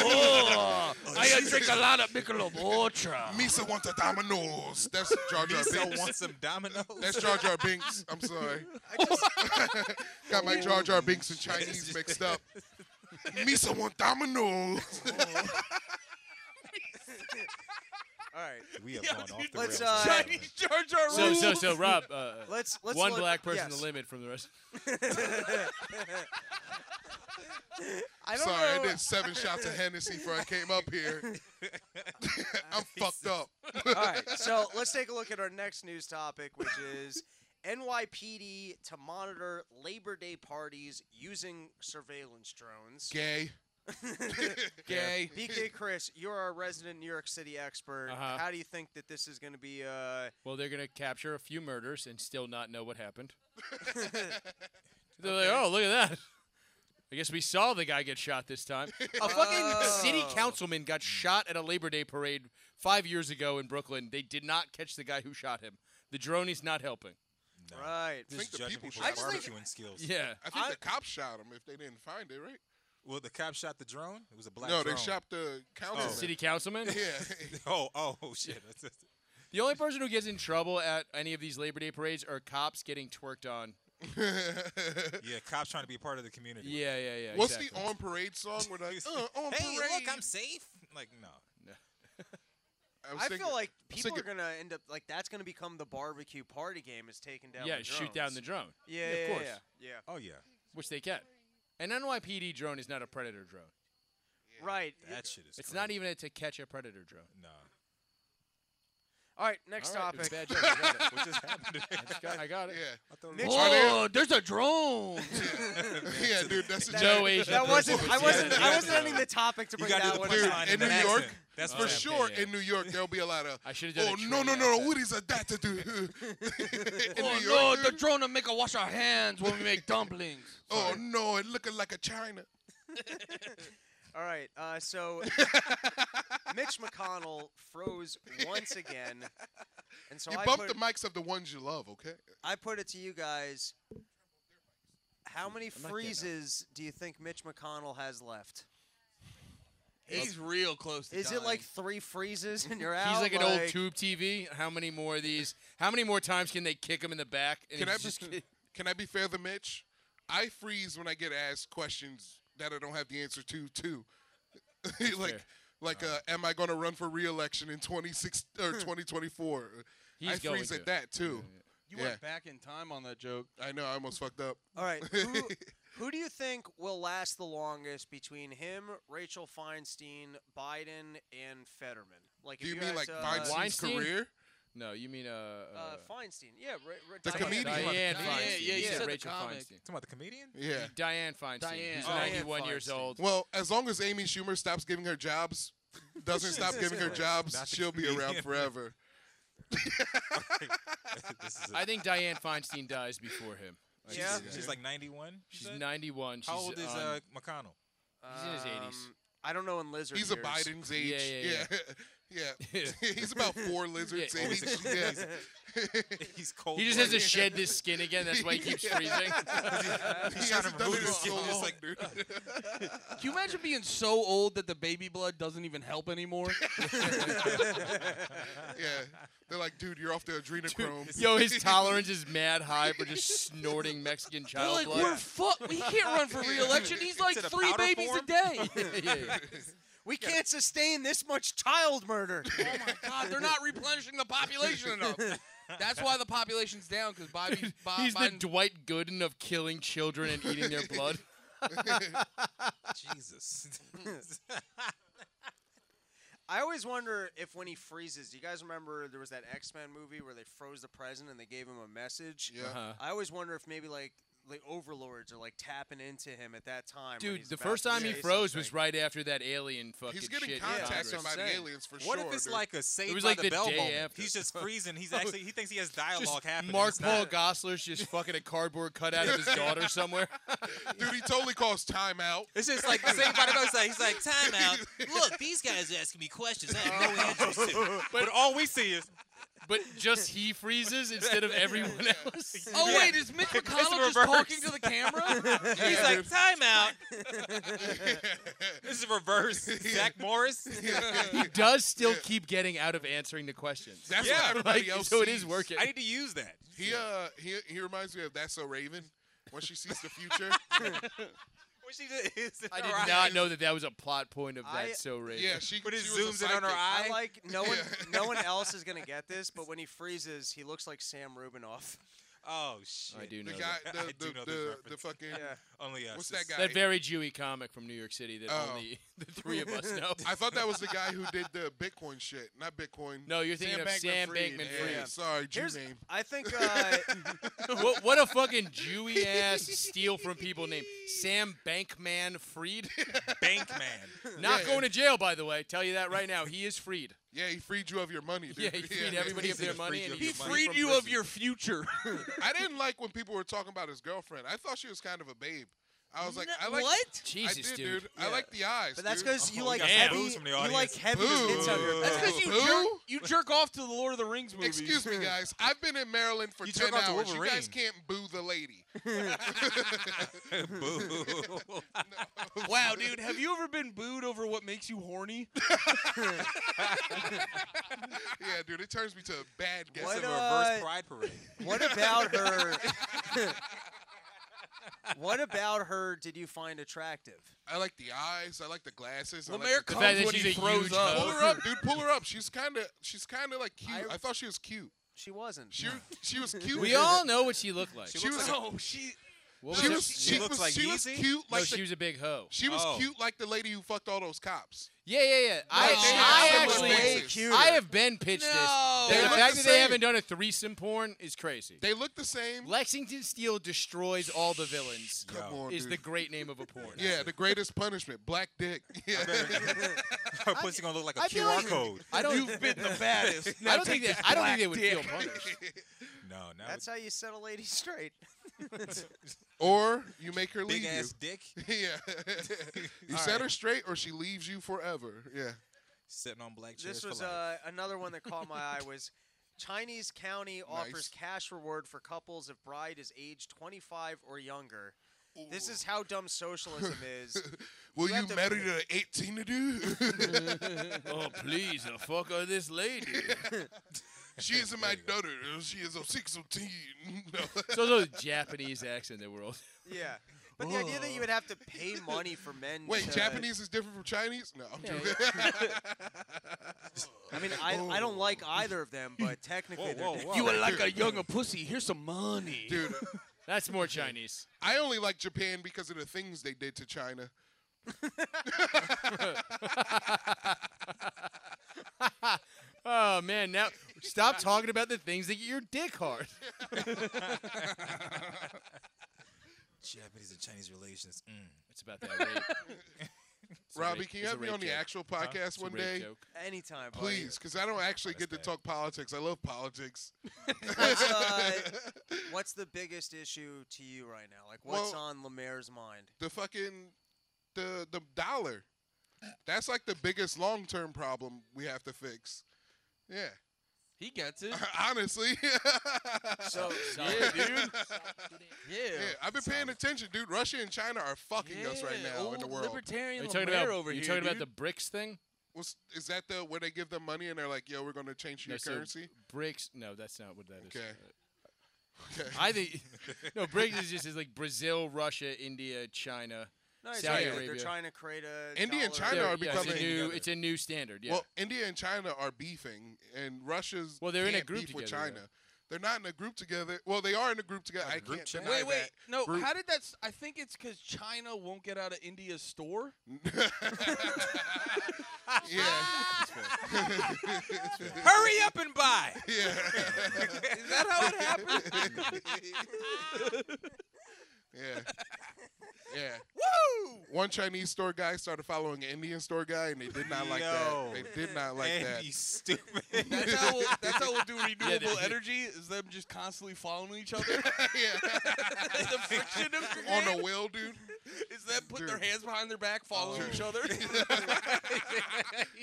Speaker 7: Oh, I drink a lot of Michelob Ultra.
Speaker 5: me so want a Domino's. That's Jar Jar
Speaker 8: Lisa
Speaker 5: Binks.
Speaker 8: wants some dominoes.
Speaker 5: That's Jar Jar Binks. I'm sorry.
Speaker 1: I just,
Speaker 5: Got my Jar Jar Binks and Chinese mixed up. Me so want Domino's.
Speaker 1: all right.
Speaker 8: we have
Speaker 7: Yeah,
Speaker 8: gone
Speaker 7: dude,
Speaker 8: off the
Speaker 1: let's,
Speaker 8: rails.
Speaker 1: uh,
Speaker 7: Chinese Jar Jar
Speaker 4: So,
Speaker 7: rules.
Speaker 4: so, so, Rob, uh,
Speaker 1: Let's let's
Speaker 4: one
Speaker 1: look-
Speaker 4: black person
Speaker 1: yes.
Speaker 4: the limit from the rest.
Speaker 1: I don't
Speaker 5: Sorry,
Speaker 1: know.
Speaker 5: I did seven shots of Hennessy before I came up here. I'm fucked up.
Speaker 1: All right, so let's take a look at our next news topic, which is NYPD to monitor Labor Day parties using surveillance drones.
Speaker 5: Gay.
Speaker 7: Gay.
Speaker 1: BK Chris, you're our resident New York City expert.
Speaker 4: Uh-huh.
Speaker 1: How do you think that this is going to be? Uh,
Speaker 4: Well, they're gonna capture a few murders and still not know what happened. they're like, oh, look at that. I guess we saw the guy get shot this time. A fucking city
Speaker 1: Oh.
Speaker 4: councilman got shot at a Labor Day parade five years ago in Brooklyn. They did not catch the guy who shot him. The drone is not helping.
Speaker 8: No.
Speaker 1: Right.
Speaker 8: Just
Speaker 5: think the
Speaker 8: judging
Speaker 5: people
Speaker 8: people's
Speaker 5: shot
Speaker 1: him.
Speaker 8: barbecuing skills.
Speaker 4: Yeah.
Speaker 5: I think
Speaker 1: I-
Speaker 5: the cops shot him if they didn't find it, right?
Speaker 8: Well, the cop shot the drone. It was a black.
Speaker 5: no,
Speaker 8: drone.
Speaker 5: they shot the councilman.
Speaker 4: City councilman.
Speaker 5: Yeah.
Speaker 8: Oh, oh, oh, shit. That's- that's-
Speaker 4: The only person who gets in trouble at any of these Labor Day parades are cops getting twerked on.
Speaker 8: yeah, cops trying to be a part of the community.
Speaker 4: Yeah, yeah, yeah.
Speaker 5: What's
Speaker 4: exactly.
Speaker 5: the on parade song? Where like, uh, on
Speaker 8: hey,
Speaker 5: parade.
Speaker 8: look, I'm safe. Like, no.
Speaker 5: I, was
Speaker 1: I
Speaker 5: thinking-
Speaker 1: feel like
Speaker 5: I was
Speaker 1: people are
Speaker 5: thinking-
Speaker 1: gonna end up like that's gonna become the barbecue party game is taking down.
Speaker 4: Yeah,
Speaker 1: the
Speaker 4: shoot down the
Speaker 1: drones.
Speaker 4: drone.
Speaker 1: Yeah,
Speaker 4: of
Speaker 1: yeah,
Speaker 4: course.
Speaker 1: yeah, yeah.
Speaker 8: Oh, yeah.
Speaker 4: Which they can. An NYPD drone is not a predator drone.
Speaker 1: Right.
Speaker 8: That shit is.
Speaker 4: It's
Speaker 8: crazy.
Speaker 4: not e- even a to catch a predator drone.
Speaker 8: No.
Speaker 1: All right. Next
Speaker 4: All right, it was
Speaker 1: topic.
Speaker 4: a bad joke. I got it.
Speaker 8: What just happened?
Speaker 4: I just got- I got it.
Speaker 5: yeah.
Speaker 8: I thought it
Speaker 1: Nick-
Speaker 8: was-
Speaker 5: Are they-
Speaker 7: Oh,
Speaker 4: there's a drone.
Speaker 5: yeah, dude, that's a
Speaker 4: no
Speaker 5: giant-
Speaker 4: Asian.
Speaker 1: That
Speaker 4: person
Speaker 1: wasn't.
Speaker 4: would
Speaker 1: I
Speaker 4: say
Speaker 1: wasn't.
Speaker 4: that.
Speaker 1: I wasn't ending the topic to
Speaker 8: You
Speaker 1: bring
Speaker 8: got to do
Speaker 1: that
Speaker 8: the
Speaker 1: one.
Speaker 5: Dude,
Speaker 1: up.
Speaker 8: punchline
Speaker 5: in
Speaker 8: and an
Speaker 5: New York,
Speaker 8: accent. That's
Speaker 5: For
Speaker 4: yeah,
Speaker 5: sure,
Speaker 4: yeah, yeah.
Speaker 5: in New York, there'll be a lot of.
Speaker 4: I should've done
Speaker 5: Oh
Speaker 4: a
Speaker 5: no no
Speaker 4: Trudy
Speaker 5: no!
Speaker 4: accent.
Speaker 5: What is a that to do? In
Speaker 2: Oh,
Speaker 7: Oh,
Speaker 5: New
Speaker 4: no,
Speaker 5: York,
Speaker 4: the
Speaker 5: dude.
Speaker 4: drone will make us wash our hands when we make dumplings.
Speaker 5: oh no! It looking like a China.
Speaker 1: All right. Uh, so Mitch McConnell froze once again, and so
Speaker 5: you
Speaker 1: I
Speaker 5: bump
Speaker 1: put,
Speaker 5: the mics of the ones you love, okay?
Speaker 1: I put it to you guys. How many
Speaker 4: getting up.
Speaker 1: freezes do you think Mitch McConnell has left?
Speaker 2: He's real close to
Speaker 1: Is it
Speaker 2: dying.
Speaker 1: like three freezes and you're out?
Speaker 4: He's like an old tube TV. How many more of these? How many more times can they kick him in the back? And
Speaker 5: Can I
Speaker 4: he's
Speaker 5: be,
Speaker 4: just kidding?
Speaker 5: can I be fair to Mitch? I freeze when I get asked questions that I don't have the answer to. Too, like
Speaker 4: fair. Uh-huh.
Speaker 5: like uh, am I going to run for re-election in 26 or 2024?
Speaker 4: He's
Speaker 5: I
Speaker 4: going
Speaker 5: freeze
Speaker 4: to.
Speaker 5: at that too.
Speaker 2: you
Speaker 5: yeah.
Speaker 2: went back in time on that joke.
Speaker 5: I know I almost fucked up.
Speaker 1: All right. Who, who do you think will last the longest between him, Rachel Feinstein, Biden, and Fetterman? Like,
Speaker 5: Do
Speaker 1: if
Speaker 5: you,
Speaker 1: you, uh, had
Speaker 5: mean like
Speaker 1: to,
Speaker 5: Feinstein's
Speaker 4: Weinstein?
Speaker 5: career?
Speaker 4: No, you mean uh,
Speaker 1: Uh, Feinstein, yeah, ra- ra-
Speaker 5: The
Speaker 1: Diane-
Speaker 5: comedian.
Speaker 1: Diane-
Speaker 4: Diane
Speaker 2: Diane,
Speaker 4: Feinstein.
Speaker 2: yeah,
Speaker 4: you
Speaker 2: yeah.
Speaker 4: said
Speaker 2: The
Speaker 4: Rachel
Speaker 2: comic.
Speaker 4: Feinstein.
Speaker 8: Talking about the comedian?
Speaker 5: Yeah.
Speaker 4: Diane Feinstein.
Speaker 2: Diane.
Speaker 4: Who's
Speaker 2: Oh, yeah.
Speaker 4: 91 years
Speaker 2: Feinstein.
Speaker 4: old.
Speaker 5: Well, as long as Amy Schumer stops giving her jobs, doesn't stop giving her jobs,
Speaker 8: Not the
Speaker 5: she'll be around
Speaker 8: comedian.
Speaker 5: forever.
Speaker 8: This is a-
Speaker 4: I think Diane Feinstein dies before him. I
Speaker 1: Yeah.
Speaker 4: think
Speaker 8: She's like 91. you
Speaker 4: She's
Speaker 8: said?
Speaker 4: 91. She's
Speaker 8: How old is
Speaker 4: on-
Speaker 8: uh, McConnell?
Speaker 4: He's in his 80s.
Speaker 1: Um, I don't know in lizard.
Speaker 5: He's a
Speaker 1: years.
Speaker 5: Biden's age.
Speaker 4: yeah,
Speaker 5: yeah. Yeah. He's about four lizards
Speaker 4: Yeah.
Speaker 5: age. Yeah.
Speaker 8: He's cold.
Speaker 4: He just has to shed his skin again. That's why he keeps freezing.
Speaker 5: He
Speaker 8: He's trying
Speaker 5: hasn't
Speaker 8: to
Speaker 5: done
Speaker 8: remove
Speaker 5: it in
Speaker 8: his skin.
Speaker 5: so
Speaker 8: Just
Speaker 5: long,
Speaker 8: like,
Speaker 5: dude.
Speaker 2: Can you imagine being so old that the baby blood doesn't even help anymore?
Speaker 5: Yeah. They're like, dude, you're off the adrenochrome.
Speaker 4: Yo, his tolerance is mad high for just snorting Mexican
Speaker 2: They're
Speaker 4: child
Speaker 2: like,
Speaker 4: blood.
Speaker 2: we're fucked. We can't run for re-election. He's like
Speaker 8: it a
Speaker 2: three
Speaker 8: powder
Speaker 2: babies
Speaker 8: form?
Speaker 2: a day.
Speaker 4: Yeah, yeah.
Speaker 1: We can't sustain this much child murder.
Speaker 2: oh my God, they're not replenishing the population enough. That's why the population's down because Bobby, Bob,
Speaker 4: He's the
Speaker 2: Biden's-
Speaker 4: Dwight Gooden of killing children and eating their blood.
Speaker 8: Jesus.
Speaker 1: I always wonder if when he freezes, do you guys remember there was that X Men movie where they froze the president and they gave him a message?
Speaker 5: Yeah.
Speaker 4: Uh-huh.
Speaker 1: I always wonder if maybe like like overlords are like tapping into him at that time. when
Speaker 4: Dude,
Speaker 1: he's
Speaker 4: the
Speaker 1: about
Speaker 4: first
Speaker 1: to
Speaker 4: time he
Speaker 1: say
Speaker 4: froze
Speaker 1: something.
Speaker 4: was right after that alien fucking
Speaker 5: He's getting
Speaker 4: shit. in
Speaker 5: contacted
Speaker 4: Congress.
Speaker 5: by the
Speaker 2: saying.
Speaker 5: aliens for
Speaker 8: What
Speaker 5: sure.
Speaker 8: if it's
Speaker 5: dude.
Speaker 8: like a Saved
Speaker 4: was
Speaker 8: by
Speaker 4: like
Speaker 8: the,
Speaker 4: the
Speaker 8: Bell
Speaker 4: day
Speaker 8: moment?
Speaker 4: after.
Speaker 8: He's just freezing. He's actually he thinks he has dialogue
Speaker 4: Just
Speaker 8: happening.
Speaker 4: Mark
Speaker 8: It's
Speaker 4: Paul
Speaker 8: not.
Speaker 4: Gossler's just fucking a cardboard cutout of his daughter somewhere.
Speaker 5: dude, he totally calls timeout.
Speaker 8: It's just like Saved by the Bell. He's like, he's like time out. Look, these guys are asking me questions. I have no interest in. But, all we see is
Speaker 4: But just he freezes instead of everyone else.
Speaker 2: Oh
Speaker 8: Yeah.
Speaker 2: wait, is Mitch McConnell just
Speaker 8: reverse.
Speaker 2: talking to the camera?
Speaker 8: he's
Speaker 5: Yeah,
Speaker 8: like
Speaker 5: dude.
Speaker 8: time out. This is reverse. Zach Morris.
Speaker 4: He does still keep getting out of answering the questions.
Speaker 5: That's
Speaker 8: Yeah,
Speaker 5: what everybody
Speaker 4: Like,
Speaker 5: else
Speaker 4: so it is
Speaker 5: sees.
Speaker 4: working.
Speaker 8: I need to use that.
Speaker 5: He uh he he reminds me of That's So Raven. When she sees the future,
Speaker 8: What she did is
Speaker 4: I did not know that that was a plot point of that.
Speaker 1: I-
Speaker 4: so rare.
Speaker 5: yeah, she,
Speaker 8: But it
Speaker 5: she was
Speaker 8: zooms
Speaker 5: a
Speaker 8: in on her
Speaker 5: psychic.
Speaker 8: eye.
Speaker 1: I like no one
Speaker 5: Yeah.
Speaker 1: no one else is gonna get this, but when he freezes, he looks like Sam Rubinoff.
Speaker 8: Oh shit! Oh,
Speaker 4: I do
Speaker 5: The
Speaker 4: know
Speaker 5: guy,
Speaker 4: that.
Speaker 5: the,
Speaker 8: I do
Speaker 5: the,
Speaker 8: know
Speaker 5: the,
Speaker 8: this
Speaker 5: the
Speaker 8: reference.
Speaker 5: fucking.
Speaker 1: Yeah.
Speaker 8: Only us.
Speaker 5: What's
Speaker 8: It's-
Speaker 5: that guy?
Speaker 4: That very Jewy comic from New York City that
Speaker 5: Oh.
Speaker 4: only the three of us know.
Speaker 5: I thought that was the guy who did the Bitcoin shit, not Bitcoin.
Speaker 4: No, you're thinking
Speaker 2: Sam
Speaker 4: of
Speaker 2: Bankman
Speaker 4: Sam
Speaker 2: Fried.
Speaker 4: Bankman
Speaker 5: yeah,
Speaker 4: Fried.
Speaker 1: yeah.
Speaker 5: sorry, Jew
Speaker 1: Here's
Speaker 5: name.
Speaker 1: I think uh,
Speaker 4: what, what a fucking Jewy ass steal from people named Sam Bankman Freed.
Speaker 8: Bank man. Oh,
Speaker 4: Not
Speaker 5: Yeah.
Speaker 4: going to jail, by the way. Tell you that right now. He is freed.
Speaker 5: Yeah, he freed you of your money, dude.
Speaker 4: Yeah, he freed everybody of their
Speaker 5: just
Speaker 4: money
Speaker 5: freed
Speaker 4: and
Speaker 5: you
Speaker 2: he
Speaker 5: of your
Speaker 4: money
Speaker 2: freed
Speaker 4: from
Speaker 2: you of
Speaker 4: prison.
Speaker 2: your future.
Speaker 5: I didn't like when people were talking about his girlfriend. I thought she was kind of a babe. I was like, I
Speaker 1: N-
Speaker 5: like
Speaker 1: what?
Speaker 5: I
Speaker 4: Jesus,
Speaker 5: did,
Speaker 4: dude.
Speaker 5: dude. I like the eyes.
Speaker 1: But that's
Speaker 5: dude.
Speaker 1: because you
Speaker 8: Oh, we
Speaker 1: like
Speaker 8: got some
Speaker 4: Damn.
Speaker 1: heavy.
Speaker 8: boos from the
Speaker 1: You like
Speaker 8: audience.
Speaker 1: heavy bits on your
Speaker 5: Boo.
Speaker 2: That's
Speaker 1: back.
Speaker 2: because you
Speaker 5: Boo?
Speaker 2: jerk, you jerk off to the Lord of the Rings movies.
Speaker 5: Excuse me, guys. I've been in Maryland for
Speaker 8: You took
Speaker 5: ten
Speaker 8: off the
Speaker 5: hours. You guys
Speaker 8: Wolverine.
Speaker 5: can't boo the lady.
Speaker 8: Boo.
Speaker 2: Wow, dude, have you ever been booed over what makes you horny?
Speaker 5: Yeah, dude, it turns me to a bad guy.
Speaker 8: It's
Speaker 1: What,
Speaker 8: a
Speaker 1: uh,
Speaker 8: reverse pride parade.
Speaker 1: What about her? what about her? Did you find attractive?
Speaker 5: I like the eyes. I like the glasses. I like
Speaker 2: Lemaire
Speaker 5: the-
Speaker 4: The
Speaker 2: comes
Speaker 4: fact that
Speaker 2: when
Speaker 4: she's
Speaker 2: he
Speaker 4: a
Speaker 2: throws
Speaker 4: huge
Speaker 2: up.
Speaker 4: hoe.
Speaker 5: Pull her up, dude. Pull her up. She's kind of, she's kind of like cute.
Speaker 1: I-
Speaker 5: I, thought she was cute.
Speaker 1: She wasn't.
Speaker 5: She, she was cute.
Speaker 4: We all know what she looked like.
Speaker 5: She was,
Speaker 2: No, she.
Speaker 4: What
Speaker 5: she
Speaker 4: was
Speaker 5: was,
Speaker 4: her-
Speaker 5: she
Speaker 8: looks
Speaker 5: was,
Speaker 8: like
Speaker 5: she was
Speaker 8: Yeezy?
Speaker 5: cute. Like
Speaker 4: no,
Speaker 5: the,
Speaker 4: she was a big hoe.
Speaker 5: she was
Speaker 8: Oh.
Speaker 5: cute like the lady who fucked all those cops.
Speaker 4: Yeah, yeah, yeah.
Speaker 5: they
Speaker 4: I,
Speaker 5: have
Speaker 4: I
Speaker 5: similar
Speaker 4: actually,
Speaker 5: faces.
Speaker 4: I have been pitched this.
Speaker 2: No.
Speaker 4: The
Speaker 5: They look
Speaker 4: fact
Speaker 5: the
Speaker 4: that they
Speaker 5: same.
Speaker 4: haven't done a threesome porn is crazy.
Speaker 5: They look the same.
Speaker 4: Lexington Steel destroys all the villains.
Speaker 5: Come
Speaker 8: Yo.
Speaker 5: on,
Speaker 4: Is
Speaker 5: dude.
Speaker 4: the great name of a porn?
Speaker 5: yeah, the greatest punishment, black dick. Yeah.
Speaker 8: Her pussy gonna look like a
Speaker 4: I feel
Speaker 8: QR
Speaker 4: like-
Speaker 8: code.
Speaker 4: I don't.
Speaker 2: You've been the baddest.
Speaker 4: I don't think that. I don't think they would feel punished.
Speaker 8: No, no.
Speaker 1: That's how you set a lady straight.
Speaker 5: or you make her leave
Speaker 8: big
Speaker 5: you.
Speaker 8: ass dick
Speaker 5: yeah. you set her straight or she leaves you forever. Yeah.
Speaker 8: sitting on black chairs
Speaker 1: This was
Speaker 8: for life.
Speaker 1: uh, another one that caught my eye was Chinese county offers
Speaker 5: Nice.
Speaker 1: cash reward for couples if bride is age 25 or younger. This is how dumb socialism is.
Speaker 5: Will
Speaker 1: you
Speaker 5: you,
Speaker 1: have to-
Speaker 5: marry the 18 to do?
Speaker 4: oh please, the fuck are this lady?
Speaker 5: she is my daughter. She is a 16. No.
Speaker 4: So those Japanese accent that we're all.
Speaker 1: Yeah. But the idea that you would have to pay money for men
Speaker 5: Wait,
Speaker 1: to-
Speaker 5: Japanese is different from Chinese? No, I'm joking.
Speaker 1: I mean, I, I don't like either of them, but technically
Speaker 8: Whoa,
Speaker 1: they're
Speaker 8: whoa,
Speaker 1: different.
Speaker 8: whoa.
Speaker 2: You are like a younger pussy. Here's some money.
Speaker 5: Dude,
Speaker 4: That's more Chinese.
Speaker 5: I only like Japan because of the things they did to China.
Speaker 4: Oh man, now stop talking about the things that get your dick hard.
Speaker 8: Japanese and Chinese relations. Mm.
Speaker 4: It's about that rape. It's a
Speaker 5: Robbie,
Speaker 4: rape-
Speaker 5: can you
Speaker 4: it's a
Speaker 5: have me
Speaker 4: rape
Speaker 5: on the
Speaker 4: joke.
Speaker 5: actual
Speaker 4: Huh?
Speaker 5: podcast
Speaker 4: It's a
Speaker 5: one
Speaker 4: rape
Speaker 5: day?
Speaker 4: joke. Oh,
Speaker 1: Anytime, buddy.
Speaker 5: Please, because I don't actually get to
Speaker 8: bad.
Speaker 5: talk politics. I love politics.
Speaker 1: What's, uh, what's the biggest issue to you right now? Like, what's
Speaker 5: Well-
Speaker 1: on Lemaire's mind?
Speaker 5: the fucking the the dollar. That's like the biggest long term problem we have to fix. Yeah,
Speaker 2: He gets it.
Speaker 5: honestly.
Speaker 1: So,
Speaker 4: Solid.
Speaker 5: yeah,
Speaker 2: Yeah.
Speaker 5: I've been paying attention, dude. Russia and China are fucking us right now in the world.
Speaker 2: Libertarian
Speaker 4: Are you talking
Speaker 2: Lemaire
Speaker 4: about?
Speaker 2: over
Speaker 4: you
Speaker 2: here,
Speaker 4: talking about
Speaker 2: dude.
Speaker 4: the BRICS thing?
Speaker 5: What's, is that the where they give them money and they're like, "Yo, we're gonna change your
Speaker 4: No, so
Speaker 5: currency"?
Speaker 4: BRICS. No, that's not what that is.
Speaker 5: Okay. Okay.
Speaker 4: I think no BRICS is just is like Brazil, Russia, India, China.
Speaker 1: no, it's
Speaker 4: Saudi
Speaker 1: okay. They're
Speaker 4: Arabia.
Speaker 1: trying to create a.
Speaker 5: India and
Speaker 1: dollar-
Speaker 5: China
Speaker 4: They're-
Speaker 5: are
Speaker 4: yeah, it's a
Speaker 5: becoming-
Speaker 4: new.
Speaker 8: together.
Speaker 4: It's a new standard. Yeah.
Speaker 5: Well, India and China are beefing, and Russia's
Speaker 4: Well, they're in a
Speaker 5: can't
Speaker 4: group
Speaker 5: beef with
Speaker 4: together,
Speaker 5: China.
Speaker 4: though.
Speaker 5: They're not in a group together. Well, they are in a group together.
Speaker 8: Like
Speaker 5: I
Speaker 8: a group
Speaker 5: can't
Speaker 8: chat?
Speaker 5: deny
Speaker 2: Wait, wait. No,
Speaker 5: Group-
Speaker 2: how did that? s- I think it's because China won't get out of India's store.
Speaker 5: that. yeah,
Speaker 2: Hurry up and buy.
Speaker 5: yeah.
Speaker 2: Is that how it happened?
Speaker 5: Yeah. Yeah.
Speaker 2: Woo!
Speaker 5: One Chinese store guy started following an Indian store guy, and they did not like
Speaker 8: Yo.
Speaker 5: that. They did not like
Speaker 8: That'd
Speaker 5: that.
Speaker 8: be stupid.
Speaker 2: That's how we'll, that's how we'll do renewable
Speaker 4: they-
Speaker 2: energy is them just constantly following each other.
Speaker 5: yeah.
Speaker 2: the friction of
Speaker 5: On
Speaker 2: creating
Speaker 5: a wheel, Oh, dude.
Speaker 2: is them putting their
Speaker 5: Dude.
Speaker 2: hands behind their back, following
Speaker 5: Oh.
Speaker 2: each other.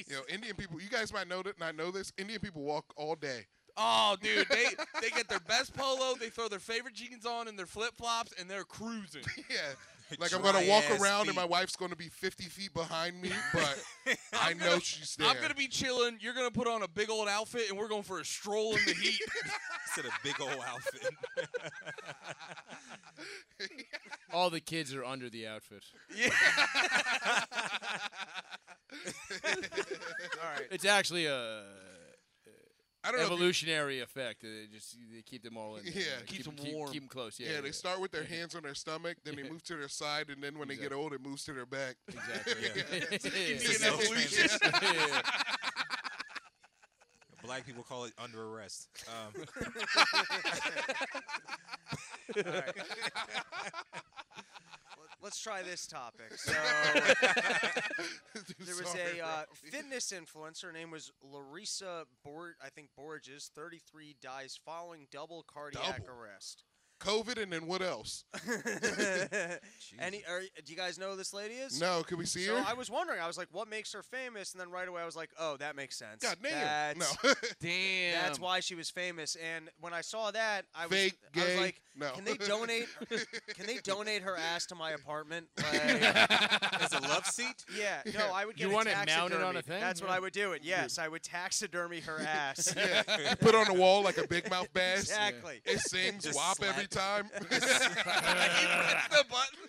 Speaker 5: Yo, Indian people. You guys might know that. Not know this. Indian people walk all day.
Speaker 2: oh, dude, they they get their best polo, they throw their favorite jeans on and their flip flops, and they're cruising.
Speaker 5: Yeah. Like I'm gonna
Speaker 8: Dry
Speaker 5: walk
Speaker 8: ass
Speaker 5: around,
Speaker 8: feet.
Speaker 5: and my wife's gonna be 50 feet behind me, but I know
Speaker 2: gonna-
Speaker 5: she's there.
Speaker 2: I'm gonna be chilling. You're gonna put on a big old outfit, and we're going for a stroll in the heat.
Speaker 8: Instead of big old outfit.
Speaker 4: All the kids are under the outfit.
Speaker 2: yeah.
Speaker 1: All right.
Speaker 4: It's actually a
Speaker 5: I don't know. if you-
Speaker 4: evolutionary effect. uh, They just they keep them all in. There.
Speaker 5: Yeah.
Speaker 4: Like,
Speaker 2: Keeps
Speaker 4: keep,
Speaker 2: 'em
Speaker 4: keep-
Speaker 2: warm.
Speaker 4: Keep, them close. Yeah.
Speaker 5: Yeah, they start with their hands on their stomach, then they move to their side, and then when they get
Speaker 4: Exactly.
Speaker 5: old, it moves to their back.
Speaker 4: Exactly.
Speaker 5: It's
Speaker 4: Yeah.
Speaker 5: an
Speaker 8: Self
Speaker 5: evolution.
Speaker 4: Yeah.
Speaker 8: Black people call it under arrest. Um,
Speaker 1: All right. Let- Let's try this topic. So there was
Speaker 5: Sorry,
Speaker 1: a uh,
Speaker 5: Robbie.
Speaker 1: fitness influencer. Her name was Larissa Bor I think Borges. 33 dies following double cardiac
Speaker 5: Double.
Speaker 1: arrest.
Speaker 5: COVID and then what else?
Speaker 1: Any? Are, do you guys know who this lady is?
Speaker 5: No, could we see
Speaker 1: So
Speaker 5: her?
Speaker 1: I was wondering. I was like, what makes her famous? And then right away, I was like, oh, that makes sense.
Speaker 5: God damn.
Speaker 1: That's-
Speaker 5: No.
Speaker 2: Damn.
Speaker 1: That's why she was famous. And when I saw that, I was,
Speaker 5: Fake
Speaker 1: I was
Speaker 5: gay.
Speaker 1: like,
Speaker 5: no.
Speaker 1: can they donate? Can they donate her ass to my apartment? Like,
Speaker 8: As a love seat?
Speaker 1: yeah, no, I would
Speaker 4: You
Speaker 1: get
Speaker 4: want
Speaker 1: a
Speaker 4: it
Speaker 1: taxidermy.
Speaker 4: mounted on a thing?
Speaker 1: That's what
Speaker 4: Yeah.
Speaker 1: I would do. It yes, I would taxidermy her ass.
Speaker 5: yeah. You put it on the wall like a Big Mouth bass.
Speaker 1: exactly.
Speaker 5: It sings
Speaker 8: Just
Speaker 5: WAP
Speaker 8: slap
Speaker 5: every
Speaker 8: it.
Speaker 5: time.
Speaker 2: the button.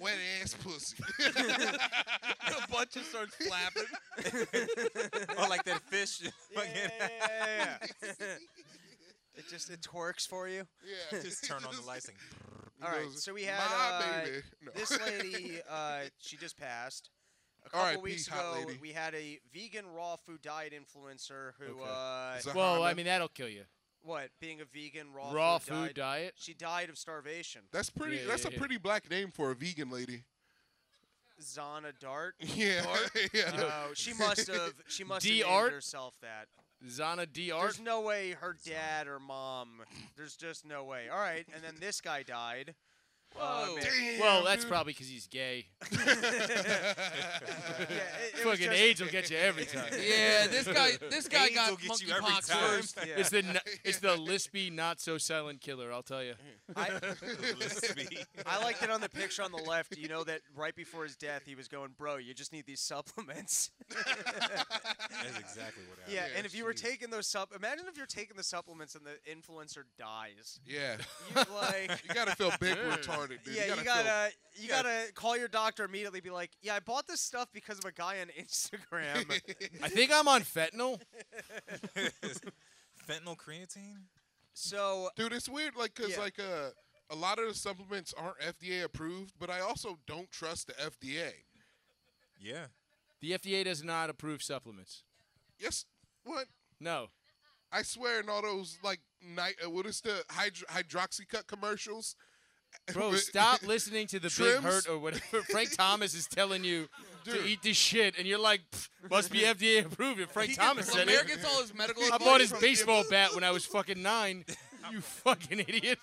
Speaker 5: Wet ass pussy.
Speaker 2: the butt just starts flapping.
Speaker 8: or like that fish.
Speaker 1: Yeah,
Speaker 8: fucking-
Speaker 1: yeah, yeah, yeah, yeah. it just it twerks for you.
Speaker 5: Yeah.
Speaker 8: Just turn on the lights and
Speaker 5: He
Speaker 1: All right,
Speaker 5: goes,
Speaker 1: so we had,
Speaker 5: My
Speaker 1: uh,
Speaker 5: baby. No.
Speaker 1: This lady, uh, she just passed. A couple
Speaker 5: R.I.P.,
Speaker 1: weeks
Speaker 5: hot
Speaker 1: ago,
Speaker 5: lady.
Speaker 1: we had a vegan raw food diet influencer who,
Speaker 5: Okay.
Speaker 1: uh,
Speaker 5: Zahana.
Speaker 4: Well, I mean that'll kill you.
Speaker 1: what, being a vegan raw,
Speaker 4: Raw
Speaker 1: food, diet,
Speaker 4: food diet.
Speaker 1: she died of starvation.
Speaker 5: that's pretty.
Speaker 4: Yeah,
Speaker 5: that's
Speaker 4: yeah,
Speaker 5: a
Speaker 4: yeah.
Speaker 5: pretty black name for a vegan lady.
Speaker 1: Zana Dart.
Speaker 5: Yeah. yeah.
Speaker 1: Oh, she must have. She must have
Speaker 4: D.
Speaker 1: named
Speaker 4: Art?
Speaker 1: herself that.
Speaker 4: Zana D
Speaker 1: There's
Speaker 4: Art.
Speaker 1: no way her dad or mom. There's just no way. All right, and then this guy died. Oh,
Speaker 2: Whoa.
Speaker 1: man.
Speaker 5: Damn,
Speaker 4: Well, that's
Speaker 5: dude.
Speaker 4: probably because he's gay.
Speaker 1: Yeah, it, it was
Speaker 4: Fucking
Speaker 1: just-
Speaker 4: AIDS will get you every time.
Speaker 2: Yeah, this guy. This guy
Speaker 8: AIDS will
Speaker 2: got
Speaker 8: get you every
Speaker 2: monkeypox
Speaker 8: time.
Speaker 2: first.
Speaker 1: Yeah.
Speaker 4: It's the n- it's the lispy, not so silent killer. I'll tell you.
Speaker 1: I,
Speaker 8: listen to me.
Speaker 1: I liked it on the picture on the left. You know that right before his death, he was going, "Bro, you just need these supplements."
Speaker 8: That's exactly what happened.
Speaker 1: yeah,
Speaker 5: Yeah,
Speaker 1: and if you were
Speaker 5: jeez.
Speaker 1: taking those sup, imagine if you're taking the supplements and the influencer dies.
Speaker 5: Yeah.
Speaker 1: You like,
Speaker 5: You gotta feel big retarded, dude.
Speaker 1: yeah, you
Speaker 5: feel-
Speaker 1: gotta, you gotta call your doctor immediately. Be like, "Yeah, I bought this stuff because of a guy on Instagram."
Speaker 4: I think I'm on fentanyl.
Speaker 8: Fentanyl creatine?
Speaker 1: so
Speaker 5: dude. It's weird, like, cause
Speaker 1: Yeah.
Speaker 5: like uh, a lot of the supplements aren't FDA approved, but I also don't trust the FDA.
Speaker 8: Yeah.
Speaker 4: The FDA does not approve supplements.
Speaker 5: Yes. What?
Speaker 4: No.
Speaker 5: I swear, in all those like night, uh, what is the hydro- hydroxycut commercials?
Speaker 4: Bro, stop listening to the big
Speaker 5: Trims?
Speaker 4: hurt or whatever Frank Thomas is telling you
Speaker 5: Dude.
Speaker 4: to eat this shit, and you're like, "Pff, must be FDA approved. If Frank Thomas
Speaker 2: Well,
Speaker 4: said
Speaker 2: Bear
Speaker 4: it,
Speaker 2: gets all his medical.
Speaker 4: I
Speaker 2: advice
Speaker 4: bought his
Speaker 2: from-
Speaker 4: baseball bat when I was fucking nine. You fucking idiot!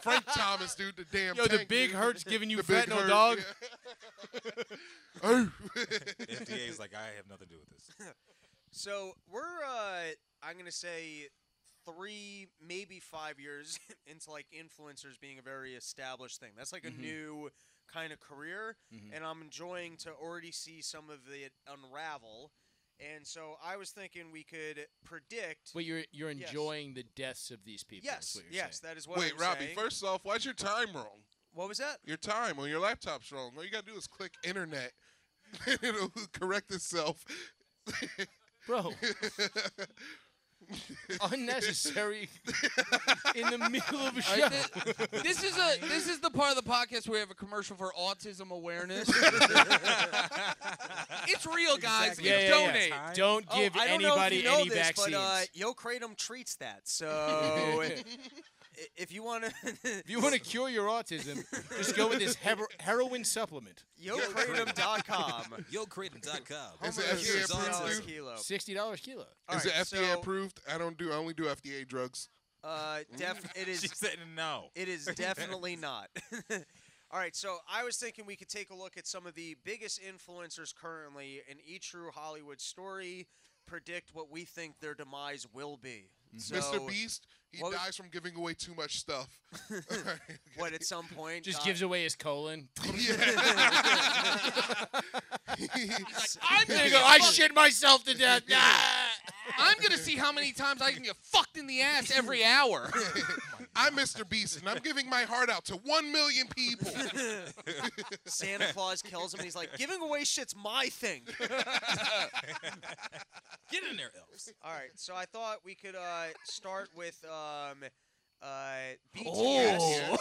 Speaker 5: Frank Thomas, dude, the damn.
Speaker 4: Yo, the
Speaker 5: tank,
Speaker 4: big
Speaker 5: dude.
Speaker 4: hurt's giving you
Speaker 5: The big Oh.
Speaker 4: fentanyl,
Speaker 5: hurt,
Speaker 4: dog.
Speaker 5: yeah.
Speaker 8: FDA is like, I have nothing to do with this.
Speaker 1: So we're, uh, I'm gonna say, three, maybe five years into like influencers being a very established thing. That's like a
Speaker 4: Mhm.
Speaker 1: new kind of career,
Speaker 4: Mhm.
Speaker 1: and I'm enjoying to already see some of it unravel. And so I was thinking we could predict.
Speaker 4: But you're you're
Speaker 1: Yes.
Speaker 4: enjoying the deaths of these people. is
Speaker 1: yes,
Speaker 4: what you're
Speaker 1: yes,
Speaker 4: saying.
Speaker 1: that is what.
Speaker 5: Wait,
Speaker 1: I'm
Speaker 5: Robbie.
Speaker 1: saying.
Speaker 5: First off, why's your time wrong?
Speaker 1: what was that?
Speaker 5: Your time on your laptop's wrong. All you gotta do is click internet. It'll correct itself.
Speaker 4: bro. unnecessary in the middle of a
Speaker 2: All
Speaker 4: show.
Speaker 2: right, thi- this is a this is the part of the podcast where we have a commercial for autism awareness. it's real, guys.
Speaker 4: Yeah,
Speaker 2: It's
Speaker 4: yeah, yeah.
Speaker 2: donate.
Speaker 8: Time?
Speaker 4: Don't
Speaker 1: Oh,
Speaker 4: give
Speaker 1: I don't know if you
Speaker 4: anybody
Speaker 1: know
Speaker 4: any
Speaker 1: this,
Speaker 4: vaccines.
Speaker 1: but uh, Oh, Yo Kratom treats that. So i- if you want to,
Speaker 4: if you want to cure your autism, just go with this hero- heroin supplement.
Speaker 1: YoKratom.com.
Speaker 8: YoKratom.com.
Speaker 5: Is
Speaker 1: Almost
Speaker 5: it FDA
Speaker 1: years
Speaker 5: approved,
Speaker 1: old
Speaker 5: dude?
Speaker 1: kilo.
Speaker 4: Sixty dollars kilo.
Speaker 1: All
Speaker 5: is
Speaker 1: right,
Speaker 5: it FDA
Speaker 1: so,
Speaker 5: approved? I don't do. I only do FDA drugs.
Speaker 1: Uh, def- it
Speaker 8: She
Speaker 1: is.
Speaker 8: said no.
Speaker 1: It is definitely not. All right, so I was thinking we could take a look at some of the biggest influencers currently in each true Hollywood story, predict what we think their demise will be. So,
Speaker 5: Mr. Beast, he
Speaker 1: what-
Speaker 5: dies from giving away too much stuff.
Speaker 1: what at some point uh,
Speaker 4: Just
Speaker 1: got-
Speaker 4: gives away his colon.
Speaker 2: I'm
Speaker 4: There
Speaker 2: gonna
Speaker 4: you go.
Speaker 2: get
Speaker 4: I
Speaker 2: fucked.
Speaker 4: shit myself to death. Ah!
Speaker 2: I'm gonna see how many times I can get fucked in the ass every hour.
Speaker 5: I'm Mr. Beast, and I'm giving my heart out to one million people.
Speaker 1: Santa Claus kills him, and he's like, "Giving away shit's my thing."
Speaker 8: Get in there, elves.
Speaker 1: All right, so I thought we could uh, start with um, uh, BTS. Oh.
Speaker 5: Yeah.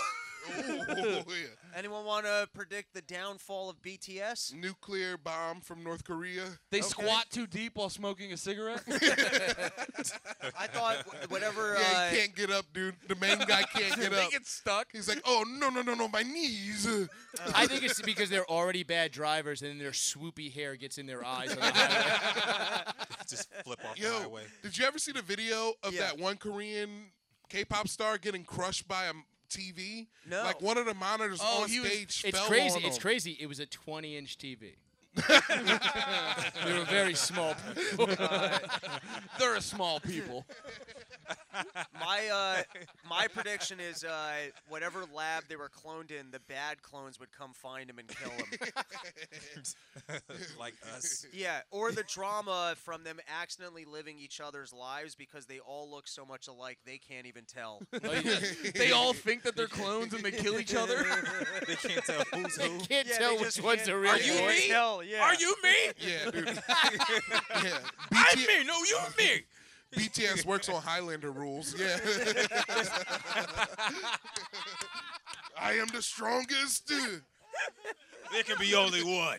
Speaker 5: Ooh, yeah.
Speaker 1: Anyone want to predict the downfall of BTS?
Speaker 5: Nuclear bomb from North Korea.
Speaker 2: They
Speaker 1: Okay.
Speaker 2: squat too deep while smoking a cigarette.
Speaker 1: I thought wh- whatever.
Speaker 5: Yeah,
Speaker 1: uh,
Speaker 5: he can't get up, dude. The main guy can't get
Speaker 2: they
Speaker 5: up.
Speaker 2: get stuck.
Speaker 5: He's like, oh no, no, no, no, my knees. Uh,
Speaker 4: I think it's because they're already bad drivers, and then their swoopy hair gets in their eyes. On the highway.
Speaker 8: Just flip off the
Speaker 5: Yo,
Speaker 8: highway.
Speaker 5: did you ever see the video of
Speaker 1: Yeah.
Speaker 5: that one Korean K-pop star getting crushed by a m- TV.
Speaker 1: No.
Speaker 5: Like one of the monitors
Speaker 2: Oh,
Speaker 5: on
Speaker 2: he was-
Speaker 5: stage
Speaker 4: It's
Speaker 5: fell
Speaker 4: crazy.
Speaker 5: on
Speaker 4: It's
Speaker 5: him.
Speaker 4: crazy. It was a 20 inch TV. they were very small.
Speaker 2: They're a small people.
Speaker 1: my uh, my prediction is uh, whatever lab they were cloned in, the bad clones would come find him and kill him.
Speaker 8: like us.
Speaker 1: yeah, or the drama from them accidentally living each other's lives because they all look so much alike they can't even tell.
Speaker 2: Oh, they all think that they're clones and they kill each other.
Speaker 8: they can't tell who's
Speaker 4: They
Speaker 8: who.
Speaker 4: can't
Speaker 1: Yeah,
Speaker 4: tell
Speaker 1: they
Speaker 4: which
Speaker 1: just
Speaker 4: one's
Speaker 1: can't-
Speaker 4: the real
Speaker 1: they can't
Speaker 4: one.
Speaker 2: me?
Speaker 1: Tell, yeah.
Speaker 2: Are you me?
Speaker 5: Yeah, dude. yeah.
Speaker 2: I'm
Speaker 5: BT-
Speaker 2: me. No, you
Speaker 5: Uh,
Speaker 2: me.
Speaker 5: BTS works on Highlander rules. Yeah. I am the strongest.
Speaker 8: There can be only one.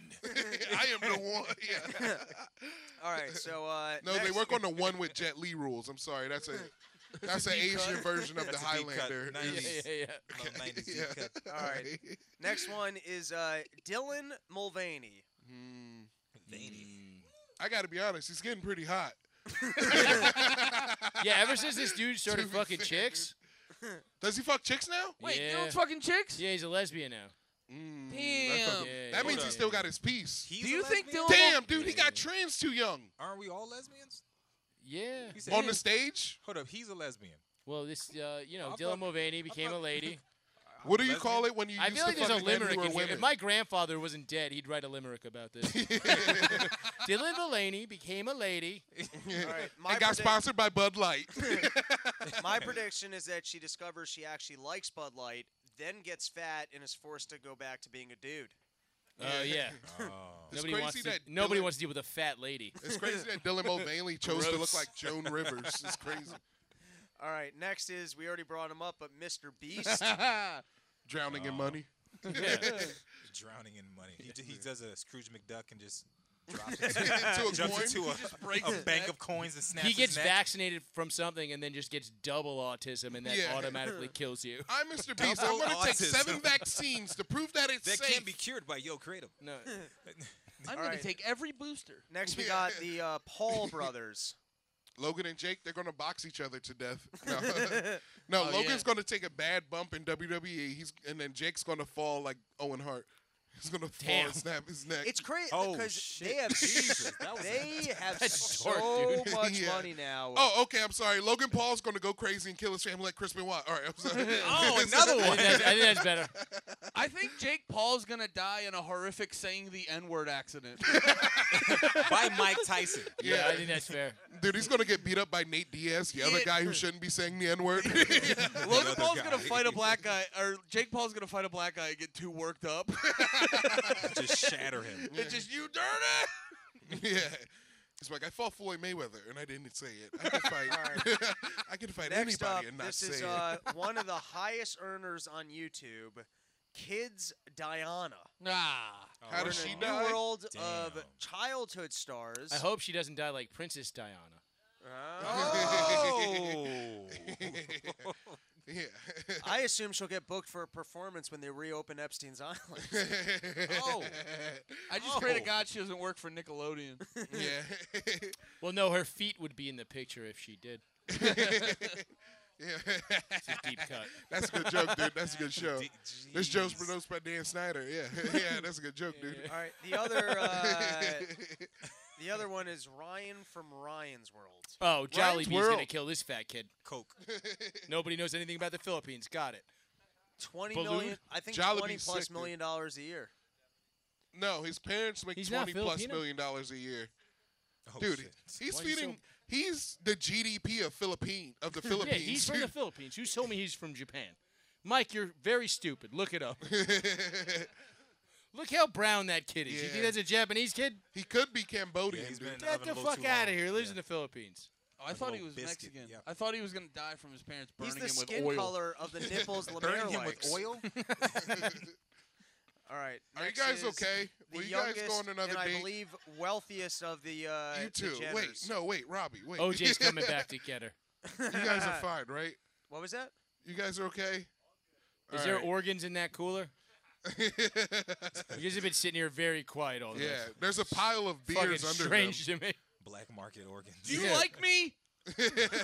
Speaker 5: I am the one. Yeah.
Speaker 1: All right, so uh,
Speaker 5: No, they work on the one with Jet Li rules. I'm sorry. That's a that's an Asian version of the
Speaker 8: That's a deep cut,
Speaker 5: Highlander.
Speaker 8: nice.
Speaker 5: It's-
Speaker 4: Yeah, yeah, yeah.
Speaker 8: Love 90s deep
Speaker 5: Yeah.
Speaker 8: cut.
Speaker 1: All right. Next one is uh, Dylan Mulvaney.
Speaker 5: Hmm.
Speaker 8: Veiny.
Speaker 5: I gotta be honest, he's getting pretty hot.
Speaker 4: Yeah, ever since this dude started
Speaker 5: be
Speaker 4: fucking
Speaker 5: fair,
Speaker 4: chicks.
Speaker 5: Does he fuck chicks now?
Speaker 2: Wait,
Speaker 4: yeah.
Speaker 2: you don't fucking chicks?
Speaker 4: yeah, he's a lesbian now.
Speaker 2: Damn.
Speaker 5: Mm, That, fucking-
Speaker 4: Yeah,
Speaker 5: that
Speaker 4: yeah,
Speaker 5: means
Speaker 4: yeah.
Speaker 5: he still got his piece.
Speaker 8: He's
Speaker 2: Do
Speaker 8: a
Speaker 2: you think
Speaker 8: lesbian?
Speaker 2: Dylan-
Speaker 5: Damn, dude, he got trans too young
Speaker 8: Aren't we all lesbians?
Speaker 4: Yeah.
Speaker 8: You said-
Speaker 5: on the stage.
Speaker 8: Hold up, he's a lesbian.
Speaker 4: Well, this, uh, you know,
Speaker 8: I'm
Speaker 4: Dylan
Speaker 8: fuck-
Speaker 4: Mulvaney became a lady.
Speaker 5: What do you
Speaker 8: Lesbian?
Speaker 5: call it when you
Speaker 4: I
Speaker 5: used
Speaker 4: feel like
Speaker 5: to
Speaker 4: there's a
Speaker 5: fucking men who
Speaker 4: limerick.
Speaker 5: were
Speaker 4: In here.
Speaker 5: women?
Speaker 4: If my grandfather wasn't dead, he'd write a limerick about this. Dylan Mulvaney became a lady.
Speaker 1: All right, my,
Speaker 5: and got
Speaker 1: predict-
Speaker 5: sponsored by Bud Light.
Speaker 1: my prediction is that she discovers she actually likes Bud Light, then gets fat and is forced to go back to being a dude.
Speaker 4: Oh yeah.
Speaker 8: Oh.
Speaker 5: It's
Speaker 4: Nobody
Speaker 5: crazy
Speaker 4: wants to.
Speaker 5: that
Speaker 4: Nobody
Speaker 5: Dylan-
Speaker 4: wants to deal with a fat lady.
Speaker 5: it's crazy that Dylan Mulvaney chose to look
Speaker 4: Gross.
Speaker 5: like Joan Rivers. It's crazy.
Speaker 1: All right, next is we already brought him up, but Mr. Beast.
Speaker 5: Drowning in money.
Speaker 4: Yeah.
Speaker 8: drowning in money. He, d- he does a Scrooge McDuck and just drops
Speaker 5: To a
Speaker 8: into, jumps
Speaker 5: coin?
Speaker 8: into a,
Speaker 2: breaks
Speaker 8: a
Speaker 2: his
Speaker 8: bank
Speaker 2: neck.
Speaker 8: of coins and snaps
Speaker 4: he gets
Speaker 8: his neck.
Speaker 4: vaccinated from something and then just gets double autism, and that
Speaker 5: Yeah.
Speaker 4: automatically kills you.
Speaker 5: I'm Mr. Beast. I'm
Speaker 8: Double
Speaker 5: going to take
Speaker 8: autism.
Speaker 5: seven vaccines to prove that it's
Speaker 8: That
Speaker 5: safe.
Speaker 8: can't be cured by Yo Kratom.
Speaker 4: No.
Speaker 2: I'm
Speaker 1: All
Speaker 2: gonna
Speaker 1: right.
Speaker 2: take every booster.
Speaker 1: next we
Speaker 5: Yeah.
Speaker 1: got the uh, Paul brothers.
Speaker 5: Logan and Jake, they're going to box each other to death. No, No, Logan's going to take a bad bump in WWE. He's and then Jake's going to fall like Owen Hart. He's going to fall
Speaker 4: Damn.
Speaker 5: and snap his neck.
Speaker 1: It's crazy
Speaker 8: Oh,
Speaker 1: because
Speaker 8: shit.
Speaker 1: they have
Speaker 8: Jesus, that was a-
Speaker 1: they have
Speaker 4: That's
Speaker 1: so
Speaker 4: dark, dude.
Speaker 1: much
Speaker 5: Yeah.
Speaker 1: money now.
Speaker 5: oh, okay. I'm sorry. Logan Paul's going to go crazy and kill his family like Chris Benoit. All right. I'm sorry.
Speaker 8: Oh, another
Speaker 4: I think,
Speaker 8: one.
Speaker 4: that's, I think that's better.
Speaker 2: I think Jake Paul's gonna die in a horrific saying the N-word accident.
Speaker 8: by Mike Tyson.
Speaker 4: Yeah,
Speaker 5: Yeah.
Speaker 4: I think that's fair.
Speaker 5: Dude, he's going to get beat up by Nate Diaz, the other
Speaker 2: Yeah.
Speaker 5: guy who shouldn't be saying the N word.
Speaker 2: Logan
Speaker 8: Another
Speaker 2: Paul's
Speaker 8: guy.
Speaker 2: gonna fight a black guy, or Jake Paul's gonna fight a black guy and get too worked up.
Speaker 8: Just shatter him.
Speaker 2: it's just you dirty.
Speaker 5: yeah. He's like, I fought Floyd Mayweather and I didn't say it. I can fight, I can fight
Speaker 1: Next
Speaker 5: anybody
Speaker 1: up,
Speaker 5: and not
Speaker 1: this
Speaker 5: say
Speaker 1: is
Speaker 5: it.
Speaker 1: uh, one of the highest earners on YouTube, Kids Diana.
Speaker 2: Nah.
Speaker 4: Oh,
Speaker 5: How does
Speaker 1: We're
Speaker 5: she
Speaker 1: in a
Speaker 5: die?
Speaker 1: new world of
Speaker 8: Damn.
Speaker 1: childhood stars.
Speaker 4: I hope she doesn't die like Princess Diana.
Speaker 8: Oh.
Speaker 5: yeah.
Speaker 1: I assume she'll get booked for a performance when they reopen Epstein's Island.
Speaker 2: Oh. I just pray to
Speaker 8: Oh.
Speaker 2: God she doesn't work for Nickelodeon.
Speaker 5: Yeah.
Speaker 4: Well, no, her feet would be in the picture if she did.
Speaker 5: yeah.
Speaker 4: It's a deep cut.
Speaker 5: That's a good joke, dude. That's a good show.
Speaker 8: D-
Speaker 5: This joke's
Speaker 8: jeez.
Speaker 5: produced by Dan Snyder. Yeah. yeah, that's a good joke, dude.
Speaker 1: All right, the other uh, the other one is Ryan from Ryan's World.
Speaker 4: Oh, Jolly Bee's gonna
Speaker 2: World.
Speaker 4: kill this fat kid.
Speaker 8: Coke.
Speaker 4: Nobody knows anything about the Philippines. Got it.
Speaker 1: Twenty
Speaker 4: Balloon?
Speaker 1: million, I think
Speaker 5: Jollibee's
Speaker 1: twenty plus
Speaker 5: sick, dude.
Speaker 1: million dollars a year.
Speaker 5: no, his parents make
Speaker 4: He's not
Speaker 5: 20 plus
Speaker 4: Filipino?
Speaker 5: million dollars a year.
Speaker 8: Oh,
Speaker 5: Dude,
Speaker 8: shit.
Speaker 5: he's
Speaker 4: Why you so-
Speaker 5: feeding he's the GDP of Philippine of the
Speaker 4: Yeah,
Speaker 5: Philippines.
Speaker 4: he's from the Philippines. You told me he's from Japan. Mike, you're very stupid. Look it up. Look how brown that kid is. You
Speaker 5: Yeah.
Speaker 4: think that's a Japanese kid?
Speaker 5: he could be
Speaker 8: Yeah,
Speaker 5: Cambodian,
Speaker 8: he's been
Speaker 5: dude.
Speaker 8: in
Speaker 4: Get
Speaker 8: oven a
Speaker 4: the
Speaker 8: little
Speaker 4: fuck
Speaker 8: too
Speaker 4: out of
Speaker 8: long.
Speaker 4: here. Lives
Speaker 8: Yeah.
Speaker 4: in the Philippines.
Speaker 2: Oh, I thought he
Speaker 8: little
Speaker 2: was
Speaker 8: biscuit,
Speaker 2: Mexican.
Speaker 8: yep.
Speaker 2: I thought he was gonna die from his parents burning
Speaker 1: He's the
Speaker 2: him with
Speaker 1: skin
Speaker 2: oil.
Speaker 1: color of the nipples Lemaire
Speaker 8: Burning him with
Speaker 1: likes.
Speaker 8: oil?
Speaker 1: All right,
Speaker 5: Are you
Speaker 1: next
Speaker 5: guys
Speaker 1: is
Speaker 5: okay?
Speaker 1: The
Speaker 5: Will you guys
Speaker 1: youngest
Speaker 5: go on another
Speaker 1: and I
Speaker 5: date?
Speaker 1: believe wealthiest of the uh,
Speaker 5: you
Speaker 1: the
Speaker 5: too. Wait,
Speaker 1: Jenners.
Speaker 5: no, wait, Robbie, wait.
Speaker 4: OJ's coming back to get her.
Speaker 5: you guys are fine, right?
Speaker 1: What was that?
Speaker 5: You guys are okay?
Speaker 4: Is there organs in that cooler? you guys have been sitting here very quiet all day.
Speaker 5: Yeah, there's a pile of
Speaker 4: Oh, Fucking
Speaker 5: beers under him.
Speaker 4: strange to me.
Speaker 8: Black market organs.
Speaker 2: Do you
Speaker 5: Yeah.
Speaker 2: like me?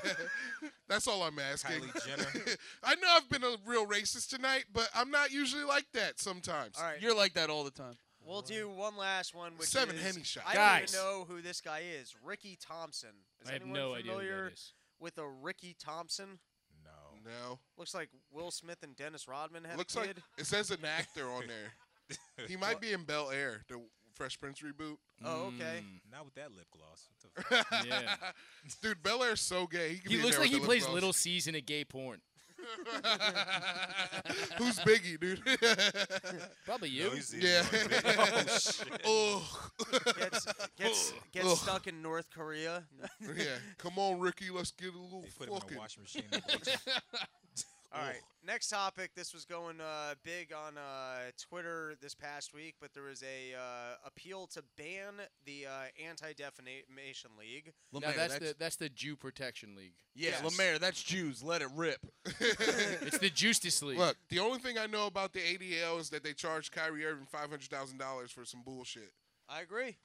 Speaker 5: That's all I'm asking.
Speaker 8: Kylie Jenner.
Speaker 5: I know I've been a real racist tonight, but I'm not usually like that sometimes.
Speaker 1: All right.
Speaker 2: You're like that all the time.
Speaker 1: We'll do one last one. Which
Speaker 5: Seven
Speaker 1: is,
Speaker 5: Henny shots.
Speaker 1: I
Speaker 4: Guys.
Speaker 1: don't even know who this guy is. Ricky Thompson. Is
Speaker 4: I have
Speaker 1: anyone
Speaker 4: no idea
Speaker 1: familiar
Speaker 4: who that is.
Speaker 1: with a Ricky Thompson?
Speaker 8: No.
Speaker 5: No.
Speaker 1: Looks like Will Smith and Dennis Rodman had
Speaker 5: Looks
Speaker 1: a
Speaker 5: like
Speaker 1: kid.
Speaker 5: it says an actor on there. He might be in Bel Air, the Fresh Prince reboot.
Speaker 1: oh, okay.
Speaker 4: Hmm.
Speaker 8: Not with that lip gloss. What the fuck?
Speaker 4: Yeah.
Speaker 5: Dude, Bel Air's so gay. He, could be
Speaker 4: He
Speaker 5: in
Speaker 4: looks
Speaker 5: there
Speaker 4: like
Speaker 5: with
Speaker 4: he
Speaker 5: the lip
Speaker 4: plays
Speaker 5: gloss.
Speaker 4: Little C's in a gay porn.
Speaker 5: Who's Biggie, dude?
Speaker 4: Probably you.
Speaker 8: No, he's- he's
Speaker 5: yeah.
Speaker 8: going big. Oh, shit.
Speaker 5: oh.
Speaker 1: Gets gets,
Speaker 5: Ugh.
Speaker 1: gets stuck in North Korea.
Speaker 5: yeah. Come on, Ricky. Let's get a little
Speaker 8: They put him in
Speaker 5: fucking.
Speaker 8: a washing machine. and bleach him.
Speaker 1: All right. Next topic. This was going uh, big on uh, Twitter this past week, but there was a uh, appeal to ban the uh, Anti Defamation League.
Speaker 2: Lemaire,
Speaker 4: No, that's,
Speaker 2: that's,
Speaker 4: the that's the Jew Protection League.
Speaker 2: yeah, Lemaire, that's Jews. Let it rip.
Speaker 4: It's the Justice League.
Speaker 5: Look, the only thing I know about the ADL is that they charged Kyrie Irving five hundred thousand dollars for some bullshit.
Speaker 1: I agree.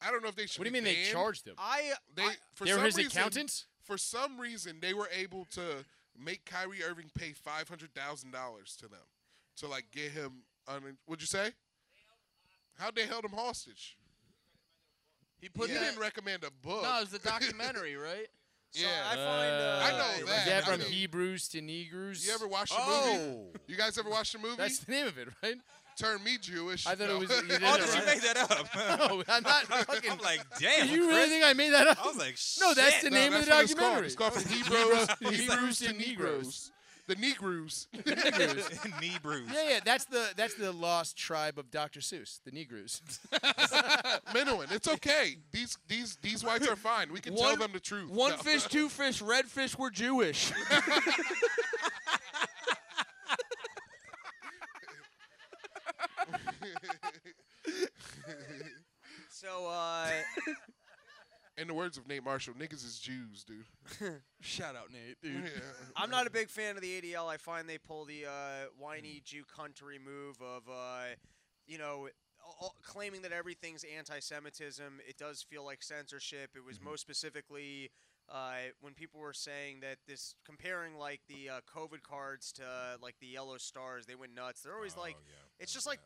Speaker 5: I don't know if they should.
Speaker 4: what do you
Speaker 5: be
Speaker 4: mean they
Speaker 5: banned.
Speaker 4: charged them?
Speaker 1: I
Speaker 5: They for
Speaker 4: They were
Speaker 5: some
Speaker 4: his
Speaker 5: reason,
Speaker 4: accountants.
Speaker 5: For some reason, they were able to make Kyrie Irving pay five hundred thousand dollars to them to like get him. Un- what'd you say? How they held him hostage?
Speaker 2: He put
Speaker 5: But you
Speaker 2: that.
Speaker 5: didn't recommend a book.
Speaker 2: no, it was the documentary, right?
Speaker 1: so
Speaker 5: Yeah.
Speaker 1: I find uh,
Speaker 5: I know
Speaker 4: Was
Speaker 5: that.
Speaker 4: that
Speaker 5: I
Speaker 4: from
Speaker 5: mean-
Speaker 4: Hebrews to Negroes?
Speaker 5: You ever watch the movie?
Speaker 8: Oh.
Speaker 5: You guys ever watch the movie?
Speaker 4: That's the name of it, right?
Speaker 5: Turn me Jewish.
Speaker 4: I thought it
Speaker 5: No.
Speaker 4: was. You did
Speaker 8: Oh,
Speaker 4: it,
Speaker 8: did you
Speaker 4: right?
Speaker 8: make that up?
Speaker 2: Oh,
Speaker 4: No, I'm not fucking.
Speaker 8: I'm Oh. like, damn.
Speaker 4: Do you really
Speaker 8: Chris.
Speaker 4: think I made that up?
Speaker 8: I was like,
Speaker 4: no, that's
Speaker 8: shit.
Speaker 4: the
Speaker 5: No,
Speaker 4: name of
Speaker 5: that's
Speaker 4: the
Speaker 5: what it's called.
Speaker 4: documentary.
Speaker 5: It's called, from Hebrews,
Speaker 4: Hebrews
Speaker 5: Hebrews to
Speaker 4: to
Speaker 5: Negroes.
Speaker 4: Negroes.
Speaker 5: The Negroes.
Speaker 4: Negroes.
Speaker 8: knee bruise.
Speaker 4: yeah, yeah, that's the that's the lost tribe of Dr. Seuss, the Negroes.
Speaker 5: Minoan. It's okay. These these these whites are fine. We can tell
Speaker 2: One-
Speaker 5: them the truth.
Speaker 2: One
Speaker 5: No.
Speaker 2: fish, two fish, red fish were Jewish.
Speaker 1: so uh,
Speaker 5: In the words of Nate Marshall, niggas is Jews, dude.
Speaker 2: Shout out, Nate,
Speaker 5: Yeah.
Speaker 2: dude.
Speaker 1: I'm not a big fan of the ADL. I find they pull the uh,
Speaker 4: Mm.
Speaker 1: whiny Jew country move of, uh, you know, a- a- claiming that everything's anti-Semitism. It does feel like censorship. It was
Speaker 4: Mm-hmm.
Speaker 1: most specifically uh, when people were saying that this comparing like the uh, COVID cards to uh, like the yellow stars. They went nuts. They're always
Speaker 8: Oh,
Speaker 1: like,
Speaker 8: yeah,
Speaker 1: it's
Speaker 8: that
Speaker 1: just
Speaker 8: was
Speaker 1: like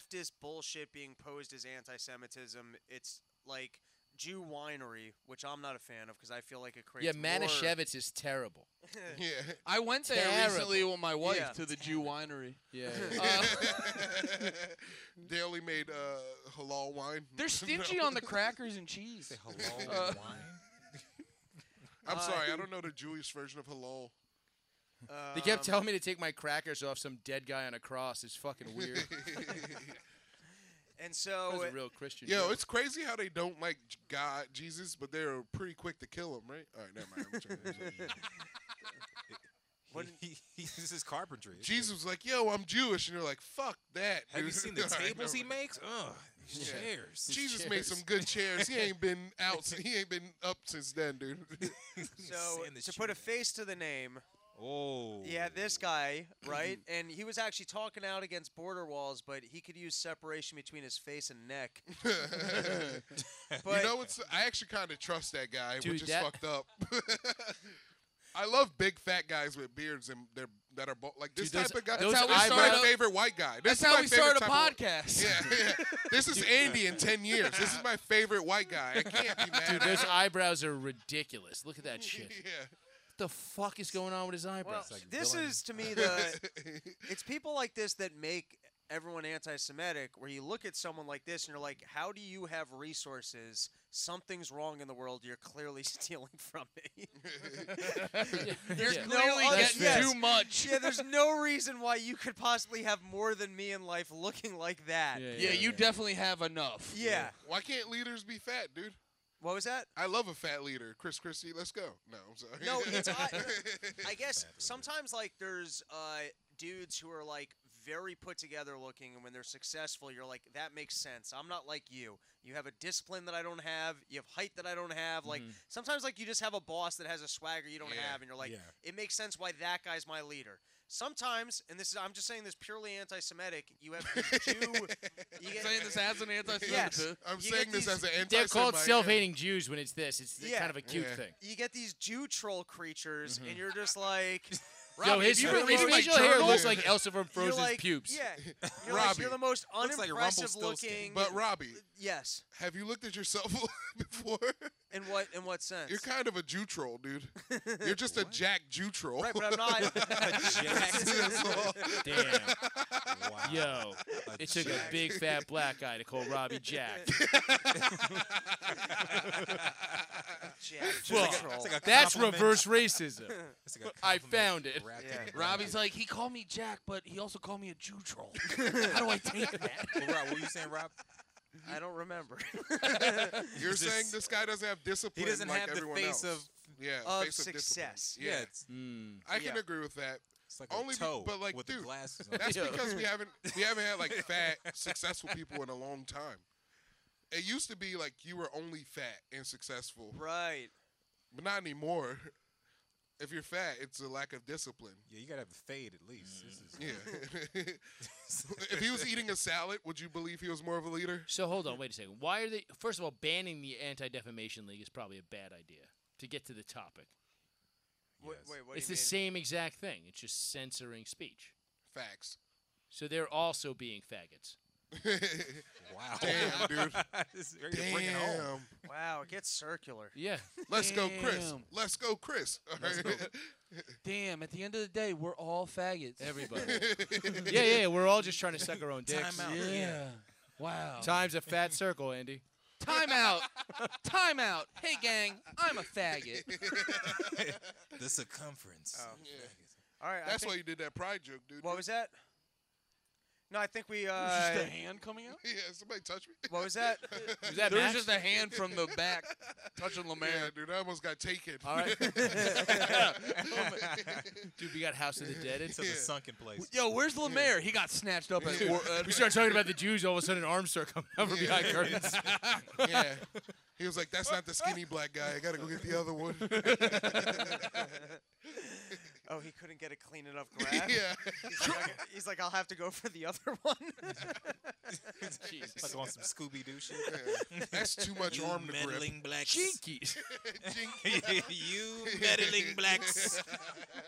Speaker 1: leftist bullshit being posed as anti-Semitism. It's like. Jew winery, which I'm not a fan of because I feel like it
Speaker 4: yeah,
Speaker 1: creates more-
Speaker 4: Manischewitz is terrible.
Speaker 5: Yeah.
Speaker 2: I went there
Speaker 4: Terrible.
Speaker 2: recently with my wife
Speaker 1: Yeah.
Speaker 2: to the Jew winery.
Speaker 4: Yeah.
Speaker 2: Uh,
Speaker 5: they only made uh, halal wine.
Speaker 2: they're stingy on Uh, the crackers and cheese.
Speaker 8: Say hello
Speaker 2: Uh,
Speaker 8: and wine.
Speaker 5: I'm
Speaker 1: Uh,
Speaker 5: sorry, I don't know the Jewish version of halal.
Speaker 4: they kept
Speaker 1: Um,
Speaker 4: telling me to take my crackers off some dead guy on a cross. It's fucking weird.
Speaker 1: And
Speaker 4: that
Speaker 1: so,
Speaker 4: was a real Christian.
Speaker 5: Yo,
Speaker 4: joke.
Speaker 5: it's crazy how they don't like J- God, Jesus, but they're pretty quick to kill him, right? All right, never mind. I'm trying to-
Speaker 1: When-
Speaker 8: He- he- this is carpentry. It's
Speaker 5: Jesus was like, "Yo, I'm Jewish," and you're like, "Fuck that."
Speaker 8: like- Have you
Speaker 5: dude."
Speaker 8: seen the
Speaker 5: All right,
Speaker 8: tables he
Speaker 5: never mind.
Speaker 8: makes? Ugh, these
Speaker 5: Yeah.
Speaker 8: chairs.
Speaker 5: Jesus made
Speaker 4: Chairs.
Speaker 5: some good chairs. He ain't been out. si- He ain't been up since then, dude.
Speaker 1: so
Speaker 8: Sand the
Speaker 1: to put a
Speaker 8: shit
Speaker 1: face to the name,
Speaker 8: out. Oh.
Speaker 1: yeah, this guy, right? and he was actually talking out against border walls, but he could use separation between his face and neck. But
Speaker 5: you know what's? I actually kind of trust that guy,
Speaker 4: Dude,
Speaker 5: which is
Speaker 4: that-
Speaker 5: fucked up. I love big fat guys with beards and they're that are bald. like this
Speaker 4: Dude, those-
Speaker 5: type of guy.
Speaker 4: those
Speaker 5: That's how we
Speaker 2: eyebrows-
Speaker 5: my favorite white guy. This
Speaker 2: That's
Speaker 5: is
Speaker 2: how
Speaker 5: my
Speaker 2: we
Speaker 5: favorite
Speaker 2: started a
Speaker 5: type of-
Speaker 2: podcast.
Speaker 5: Yeah, yeah. This is Andy in ten years. This is my favorite white guy. I can't be mad.
Speaker 4: Dude,
Speaker 5: at
Speaker 4: those
Speaker 5: him.
Speaker 4: eyebrows are ridiculous. Look at that shit. What
Speaker 5: yeah.
Speaker 4: the fuck is going on with his eyebrows?
Speaker 8: like
Speaker 1: this
Speaker 8: villain.
Speaker 1: is to me the it's people like this that make everyone anti-Semitic. Where you look at someone like this and you're like, "How do you have resources? Something's wrong in the world. You're clearly stealing from me."
Speaker 2: You're
Speaker 4: Yeah.
Speaker 2: clearly
Speaker 1: No, uh,
Speaker 2: getting
Speaker 1: yes.
Speaker 2: too much.
Speaker 1: yeah, there's no reason why you could possibly have more than me in life looking like that.
Speaker 4: Yeah,
Speaker 2: Yeah, you definitely have enough.
Speaker 1: Yeah.
Speaker 5: Why can't leaders be fat, dude?
Speaker 1: What was that?
Speaker 5: I love a fat leader. Chris Christie, let's go. No, I'm sorry.
Speaker 1: No, it's I, I guess sometimes like there's uh dudes who are like very put together looking and when they're successful you're like that makes sense. I'm not like you. You have a discipline that I don't have, you have height that I don't have.
Speaker 4: Mm-hmm.
Speaker 1: Like sometimes like you just have a boss that has a swagger you don't
Speaker 5: Yeah,
Speaker 1: have and you're like
Speaker 8: yeah.
Speaker 1: it makes sense why that guy's my leader. Sometimes, and this is I'm just saying this purely anti-Semitic. You have these Jew, you get-
Speaker 2: Saying this this as an anti-Semitic.
Speaker 5: I'm
Speaker 1: You
Speaker 5: saying
Speaker 1: get
Speaker 5: this
Speaker 1: these-
Speaker 5: as an anti
Speaker 4: They're called self-hating Jews when it's this. It's
Speaker 1: uh, Yeah.
Speaker 4: kind of a cute
Speaker 5: Yeah.
Speaker 4: thing.
Speaker 1: You get these Jew troll creatures, and you're just like,
Speaker 4: Yo, his,
Speaker 5: you
Speaker 4: fa-
Speaker 5: ever
Speaker 4: his
Speaker 5: read my
Speaker 4: facial hair
Speaker 5: journal?
Speaker 4: looks like Elsa from
Speaker 1: you're
Speaker 4: Frozen's
Speaker 1: like,
Speaker 4: pubes.
Speaker 1: Yeah, you're, like, you're
Speaker 5: Robbie.
Speaker 1: the most
Speaker 8: Looks like
Speaker 1: unimpressive
Speaker 8: Rumpelstiltskin.
Speaker 1: looking.
Speaker 5: But Robbie,
Speaker 1: yes,
Speaker 5: have you looked at yourself before?
Speaker 1: in what in what sense?
Speaker 5: You're kind of a Jew troll, dude. You're just a Jack Jew troll.
Speaker 1: right, but I'm not.
Speaker 5: That's all.
Speaker 4: Damn.
Speaker 8: wow.
Speaker 4: Yo.
Speaker 8: A
Speaker 4: It took a
Speaker 8: jack.
Speaker 4: big fat black guy to call Robbie Jack.
Speaker 1: Jack
Speaker 8: It's like a-
Speaker 1: Troll.
Speaker 8: it's like a
Speaker 4: That's
Speaker 8: compliment.
Speaker 4: reverse racism.
Speaker 8: It's like a
Speaker 4: I
Speaker 8: compliment
Speaker 4: found it.
Speaker 8: wrapped in
Speaker 1: Yeah.
Speaker 8: a compliment.
Speaker 2: Robbie's like, he called me Jack, but he also called me a Jew troll. How do I take that?
Speaker 8: Well, Rob, what were you saying, Rob?
Speaker 1: I don't remember.
Speaker 5: You're
Speaker 8: Just-
Speaker 5: saying this guy doesn't have discipline.
Speaker 8: He doesn't
Speaker 5: like
Speaker 8: have the
Speaker 5: everyone else.
Speaker 8: face of.
Speaker 5: yeah
Speaker 1: of
Speaker 5: face discipline.
Speaker 1: success.
Speaker 8: Yeah, it's,
Speaker 4: Mm.
Speaker 5: I can
Speaker 1: Yeah.
Speaker 5: agree with that.
Speaker 8: it's like
Speaker 5: Only
Speaker 8: a
Speaker 5: be-
Speaker 8: toe,
Speaker 5: but, like,
Speaker 8: with the
Speaker 5: dude,
Speaker 8: glasses. On.
Speaker 5: That's
Speaker 4: Yeah.
Speaker 5: because we haven't we haven't had like fat successful people in a long time. It used to be like you were only fat and successful,
Speaker 1: right.
Speaker 5: but not anymore. If you're fat, it's a lack of discipline.
Speaker 8: Yeah, you gotta have a fade at least. This
Speaker 5: Yeah.
Speaker 8: is
Speaker 5: if he was eating a salad, would you believe he was more of a leader?
Speaker 4: So hold on, wait a second. Why are they? First of all, banning the Anti-Defamation League is probably a bad idea. To get to the topic,
Speaker 1: Wait,
Speaker 8: Yes.
Speaker 1: wait, what
Speaker 4: it's
Speaker 1: do
Speaker 4: the
Speaker 1: you mean?
Speaker 4: same exact thing. It's just censoring speech.
Speaker 5: Facts.
Speaker 4: So they're also being faggots.
Speaker 8: wow.
Speaker 5: Damn, dude.
Speaker 8: This is- you're gonna bring it home.
Speaker 5: Damn.
Speaker 1: Wow, it gets circular.
Speaker 4: Yeah.
Speaker 5: Let's go, Chris.
Speaker 2: Damn.
Speaker 5: Let's go, Chris.
Speaker 8: Let's go.
Speaker 2: Damn, at the end of the day, we're all faggots.
Speaker 4: Everybody. yeah, yeah, yeah. We're all just trying to suck our own dicks.
Speaker 8: Time out.
Speaker 2: Wow.
Speaker 4: Time's a fat circle, Andy.
Speaker 2: Time out. Time out. Hey, gang, I'm a faggot.
Speaker 8: The circumference.
Speaker 1: Oh. All right. I
Speaker 5: That's
Speaker 1: think-
Speaker 5: why you did that pride joke, dude.
Speaker 1: What was that? No, I think we.
Speaker 2: Is this
Speaker 1: Uh,
Speaker 2: the hand coming out?
Speaker 5: yeah, somebody touch me.
Speaker 1: what was that?
Speaker 4: Is that
Speaker 2: There was
Speaker 4: Max?
Speaker 2: just a hand from the back touching
Speaker 5: Yeah,
Speaker 2: Lemaire.
Speaker 5: dude, I almost got taken.
Speaker 4: All right. Dude, we got House of the Dead.
Speaker 8: To
Speaker 4: It's
Speaker 8: the
Speaker 5: Yeah.
Speaker 8: sunken place.
Speaker 2: Yo, where's Lemaire? He got snatched up at war. uh,
Speaker 4: we start talking about the Jews, all of a sudden arms start coming out from
Speaker 5: Yeah.
Speaker 4: behind curtains.
Speaker 5: yeah. He was like, that's not the skinny black guy. I got to go get the other one.
Speaker 1: Oh, he couldn't get a clean enough grab.
Speaker 5: yeah.
Speaker 1: He's like, he's like, I'll have to go for the other one.
Speaker 4: Jesus.
Speaker 8: Like on some Scooby Doo shit.
Speaker 5: That's too much
Speaker 8: You
Speaker 5: arm to grip.
Speaker 8: meddling blacks.
Speaker 4: Jinkies.
Speaker 8: you meddling blacks.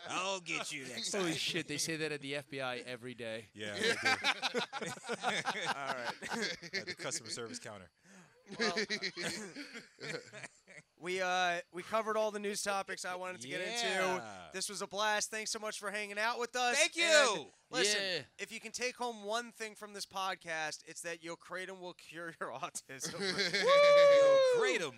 Speaker 8: I'll get you next
Speaker 4: Holy shit, they say that at the FBI every day.
Speaker 8: Yeah, they do.
Speaker 1: All right.
Speaker 8: at the customer service counter.
Speaker 1: Well, we uh we covered all the news topics I wanted to get into.
Speaker 8: Yeah.
Speaker 1: This was a blast. Thanks so much for hanging out with us.
Speaker 8: Thank
Speaker 1: And
Speaker 8: you.
Speaker 1: listen,
Speaker 4: Yeah.
Speaker 1: if you can take home one thing from this podcast, it's that Yo Kratom will cure your autism.
Speaker 8: Great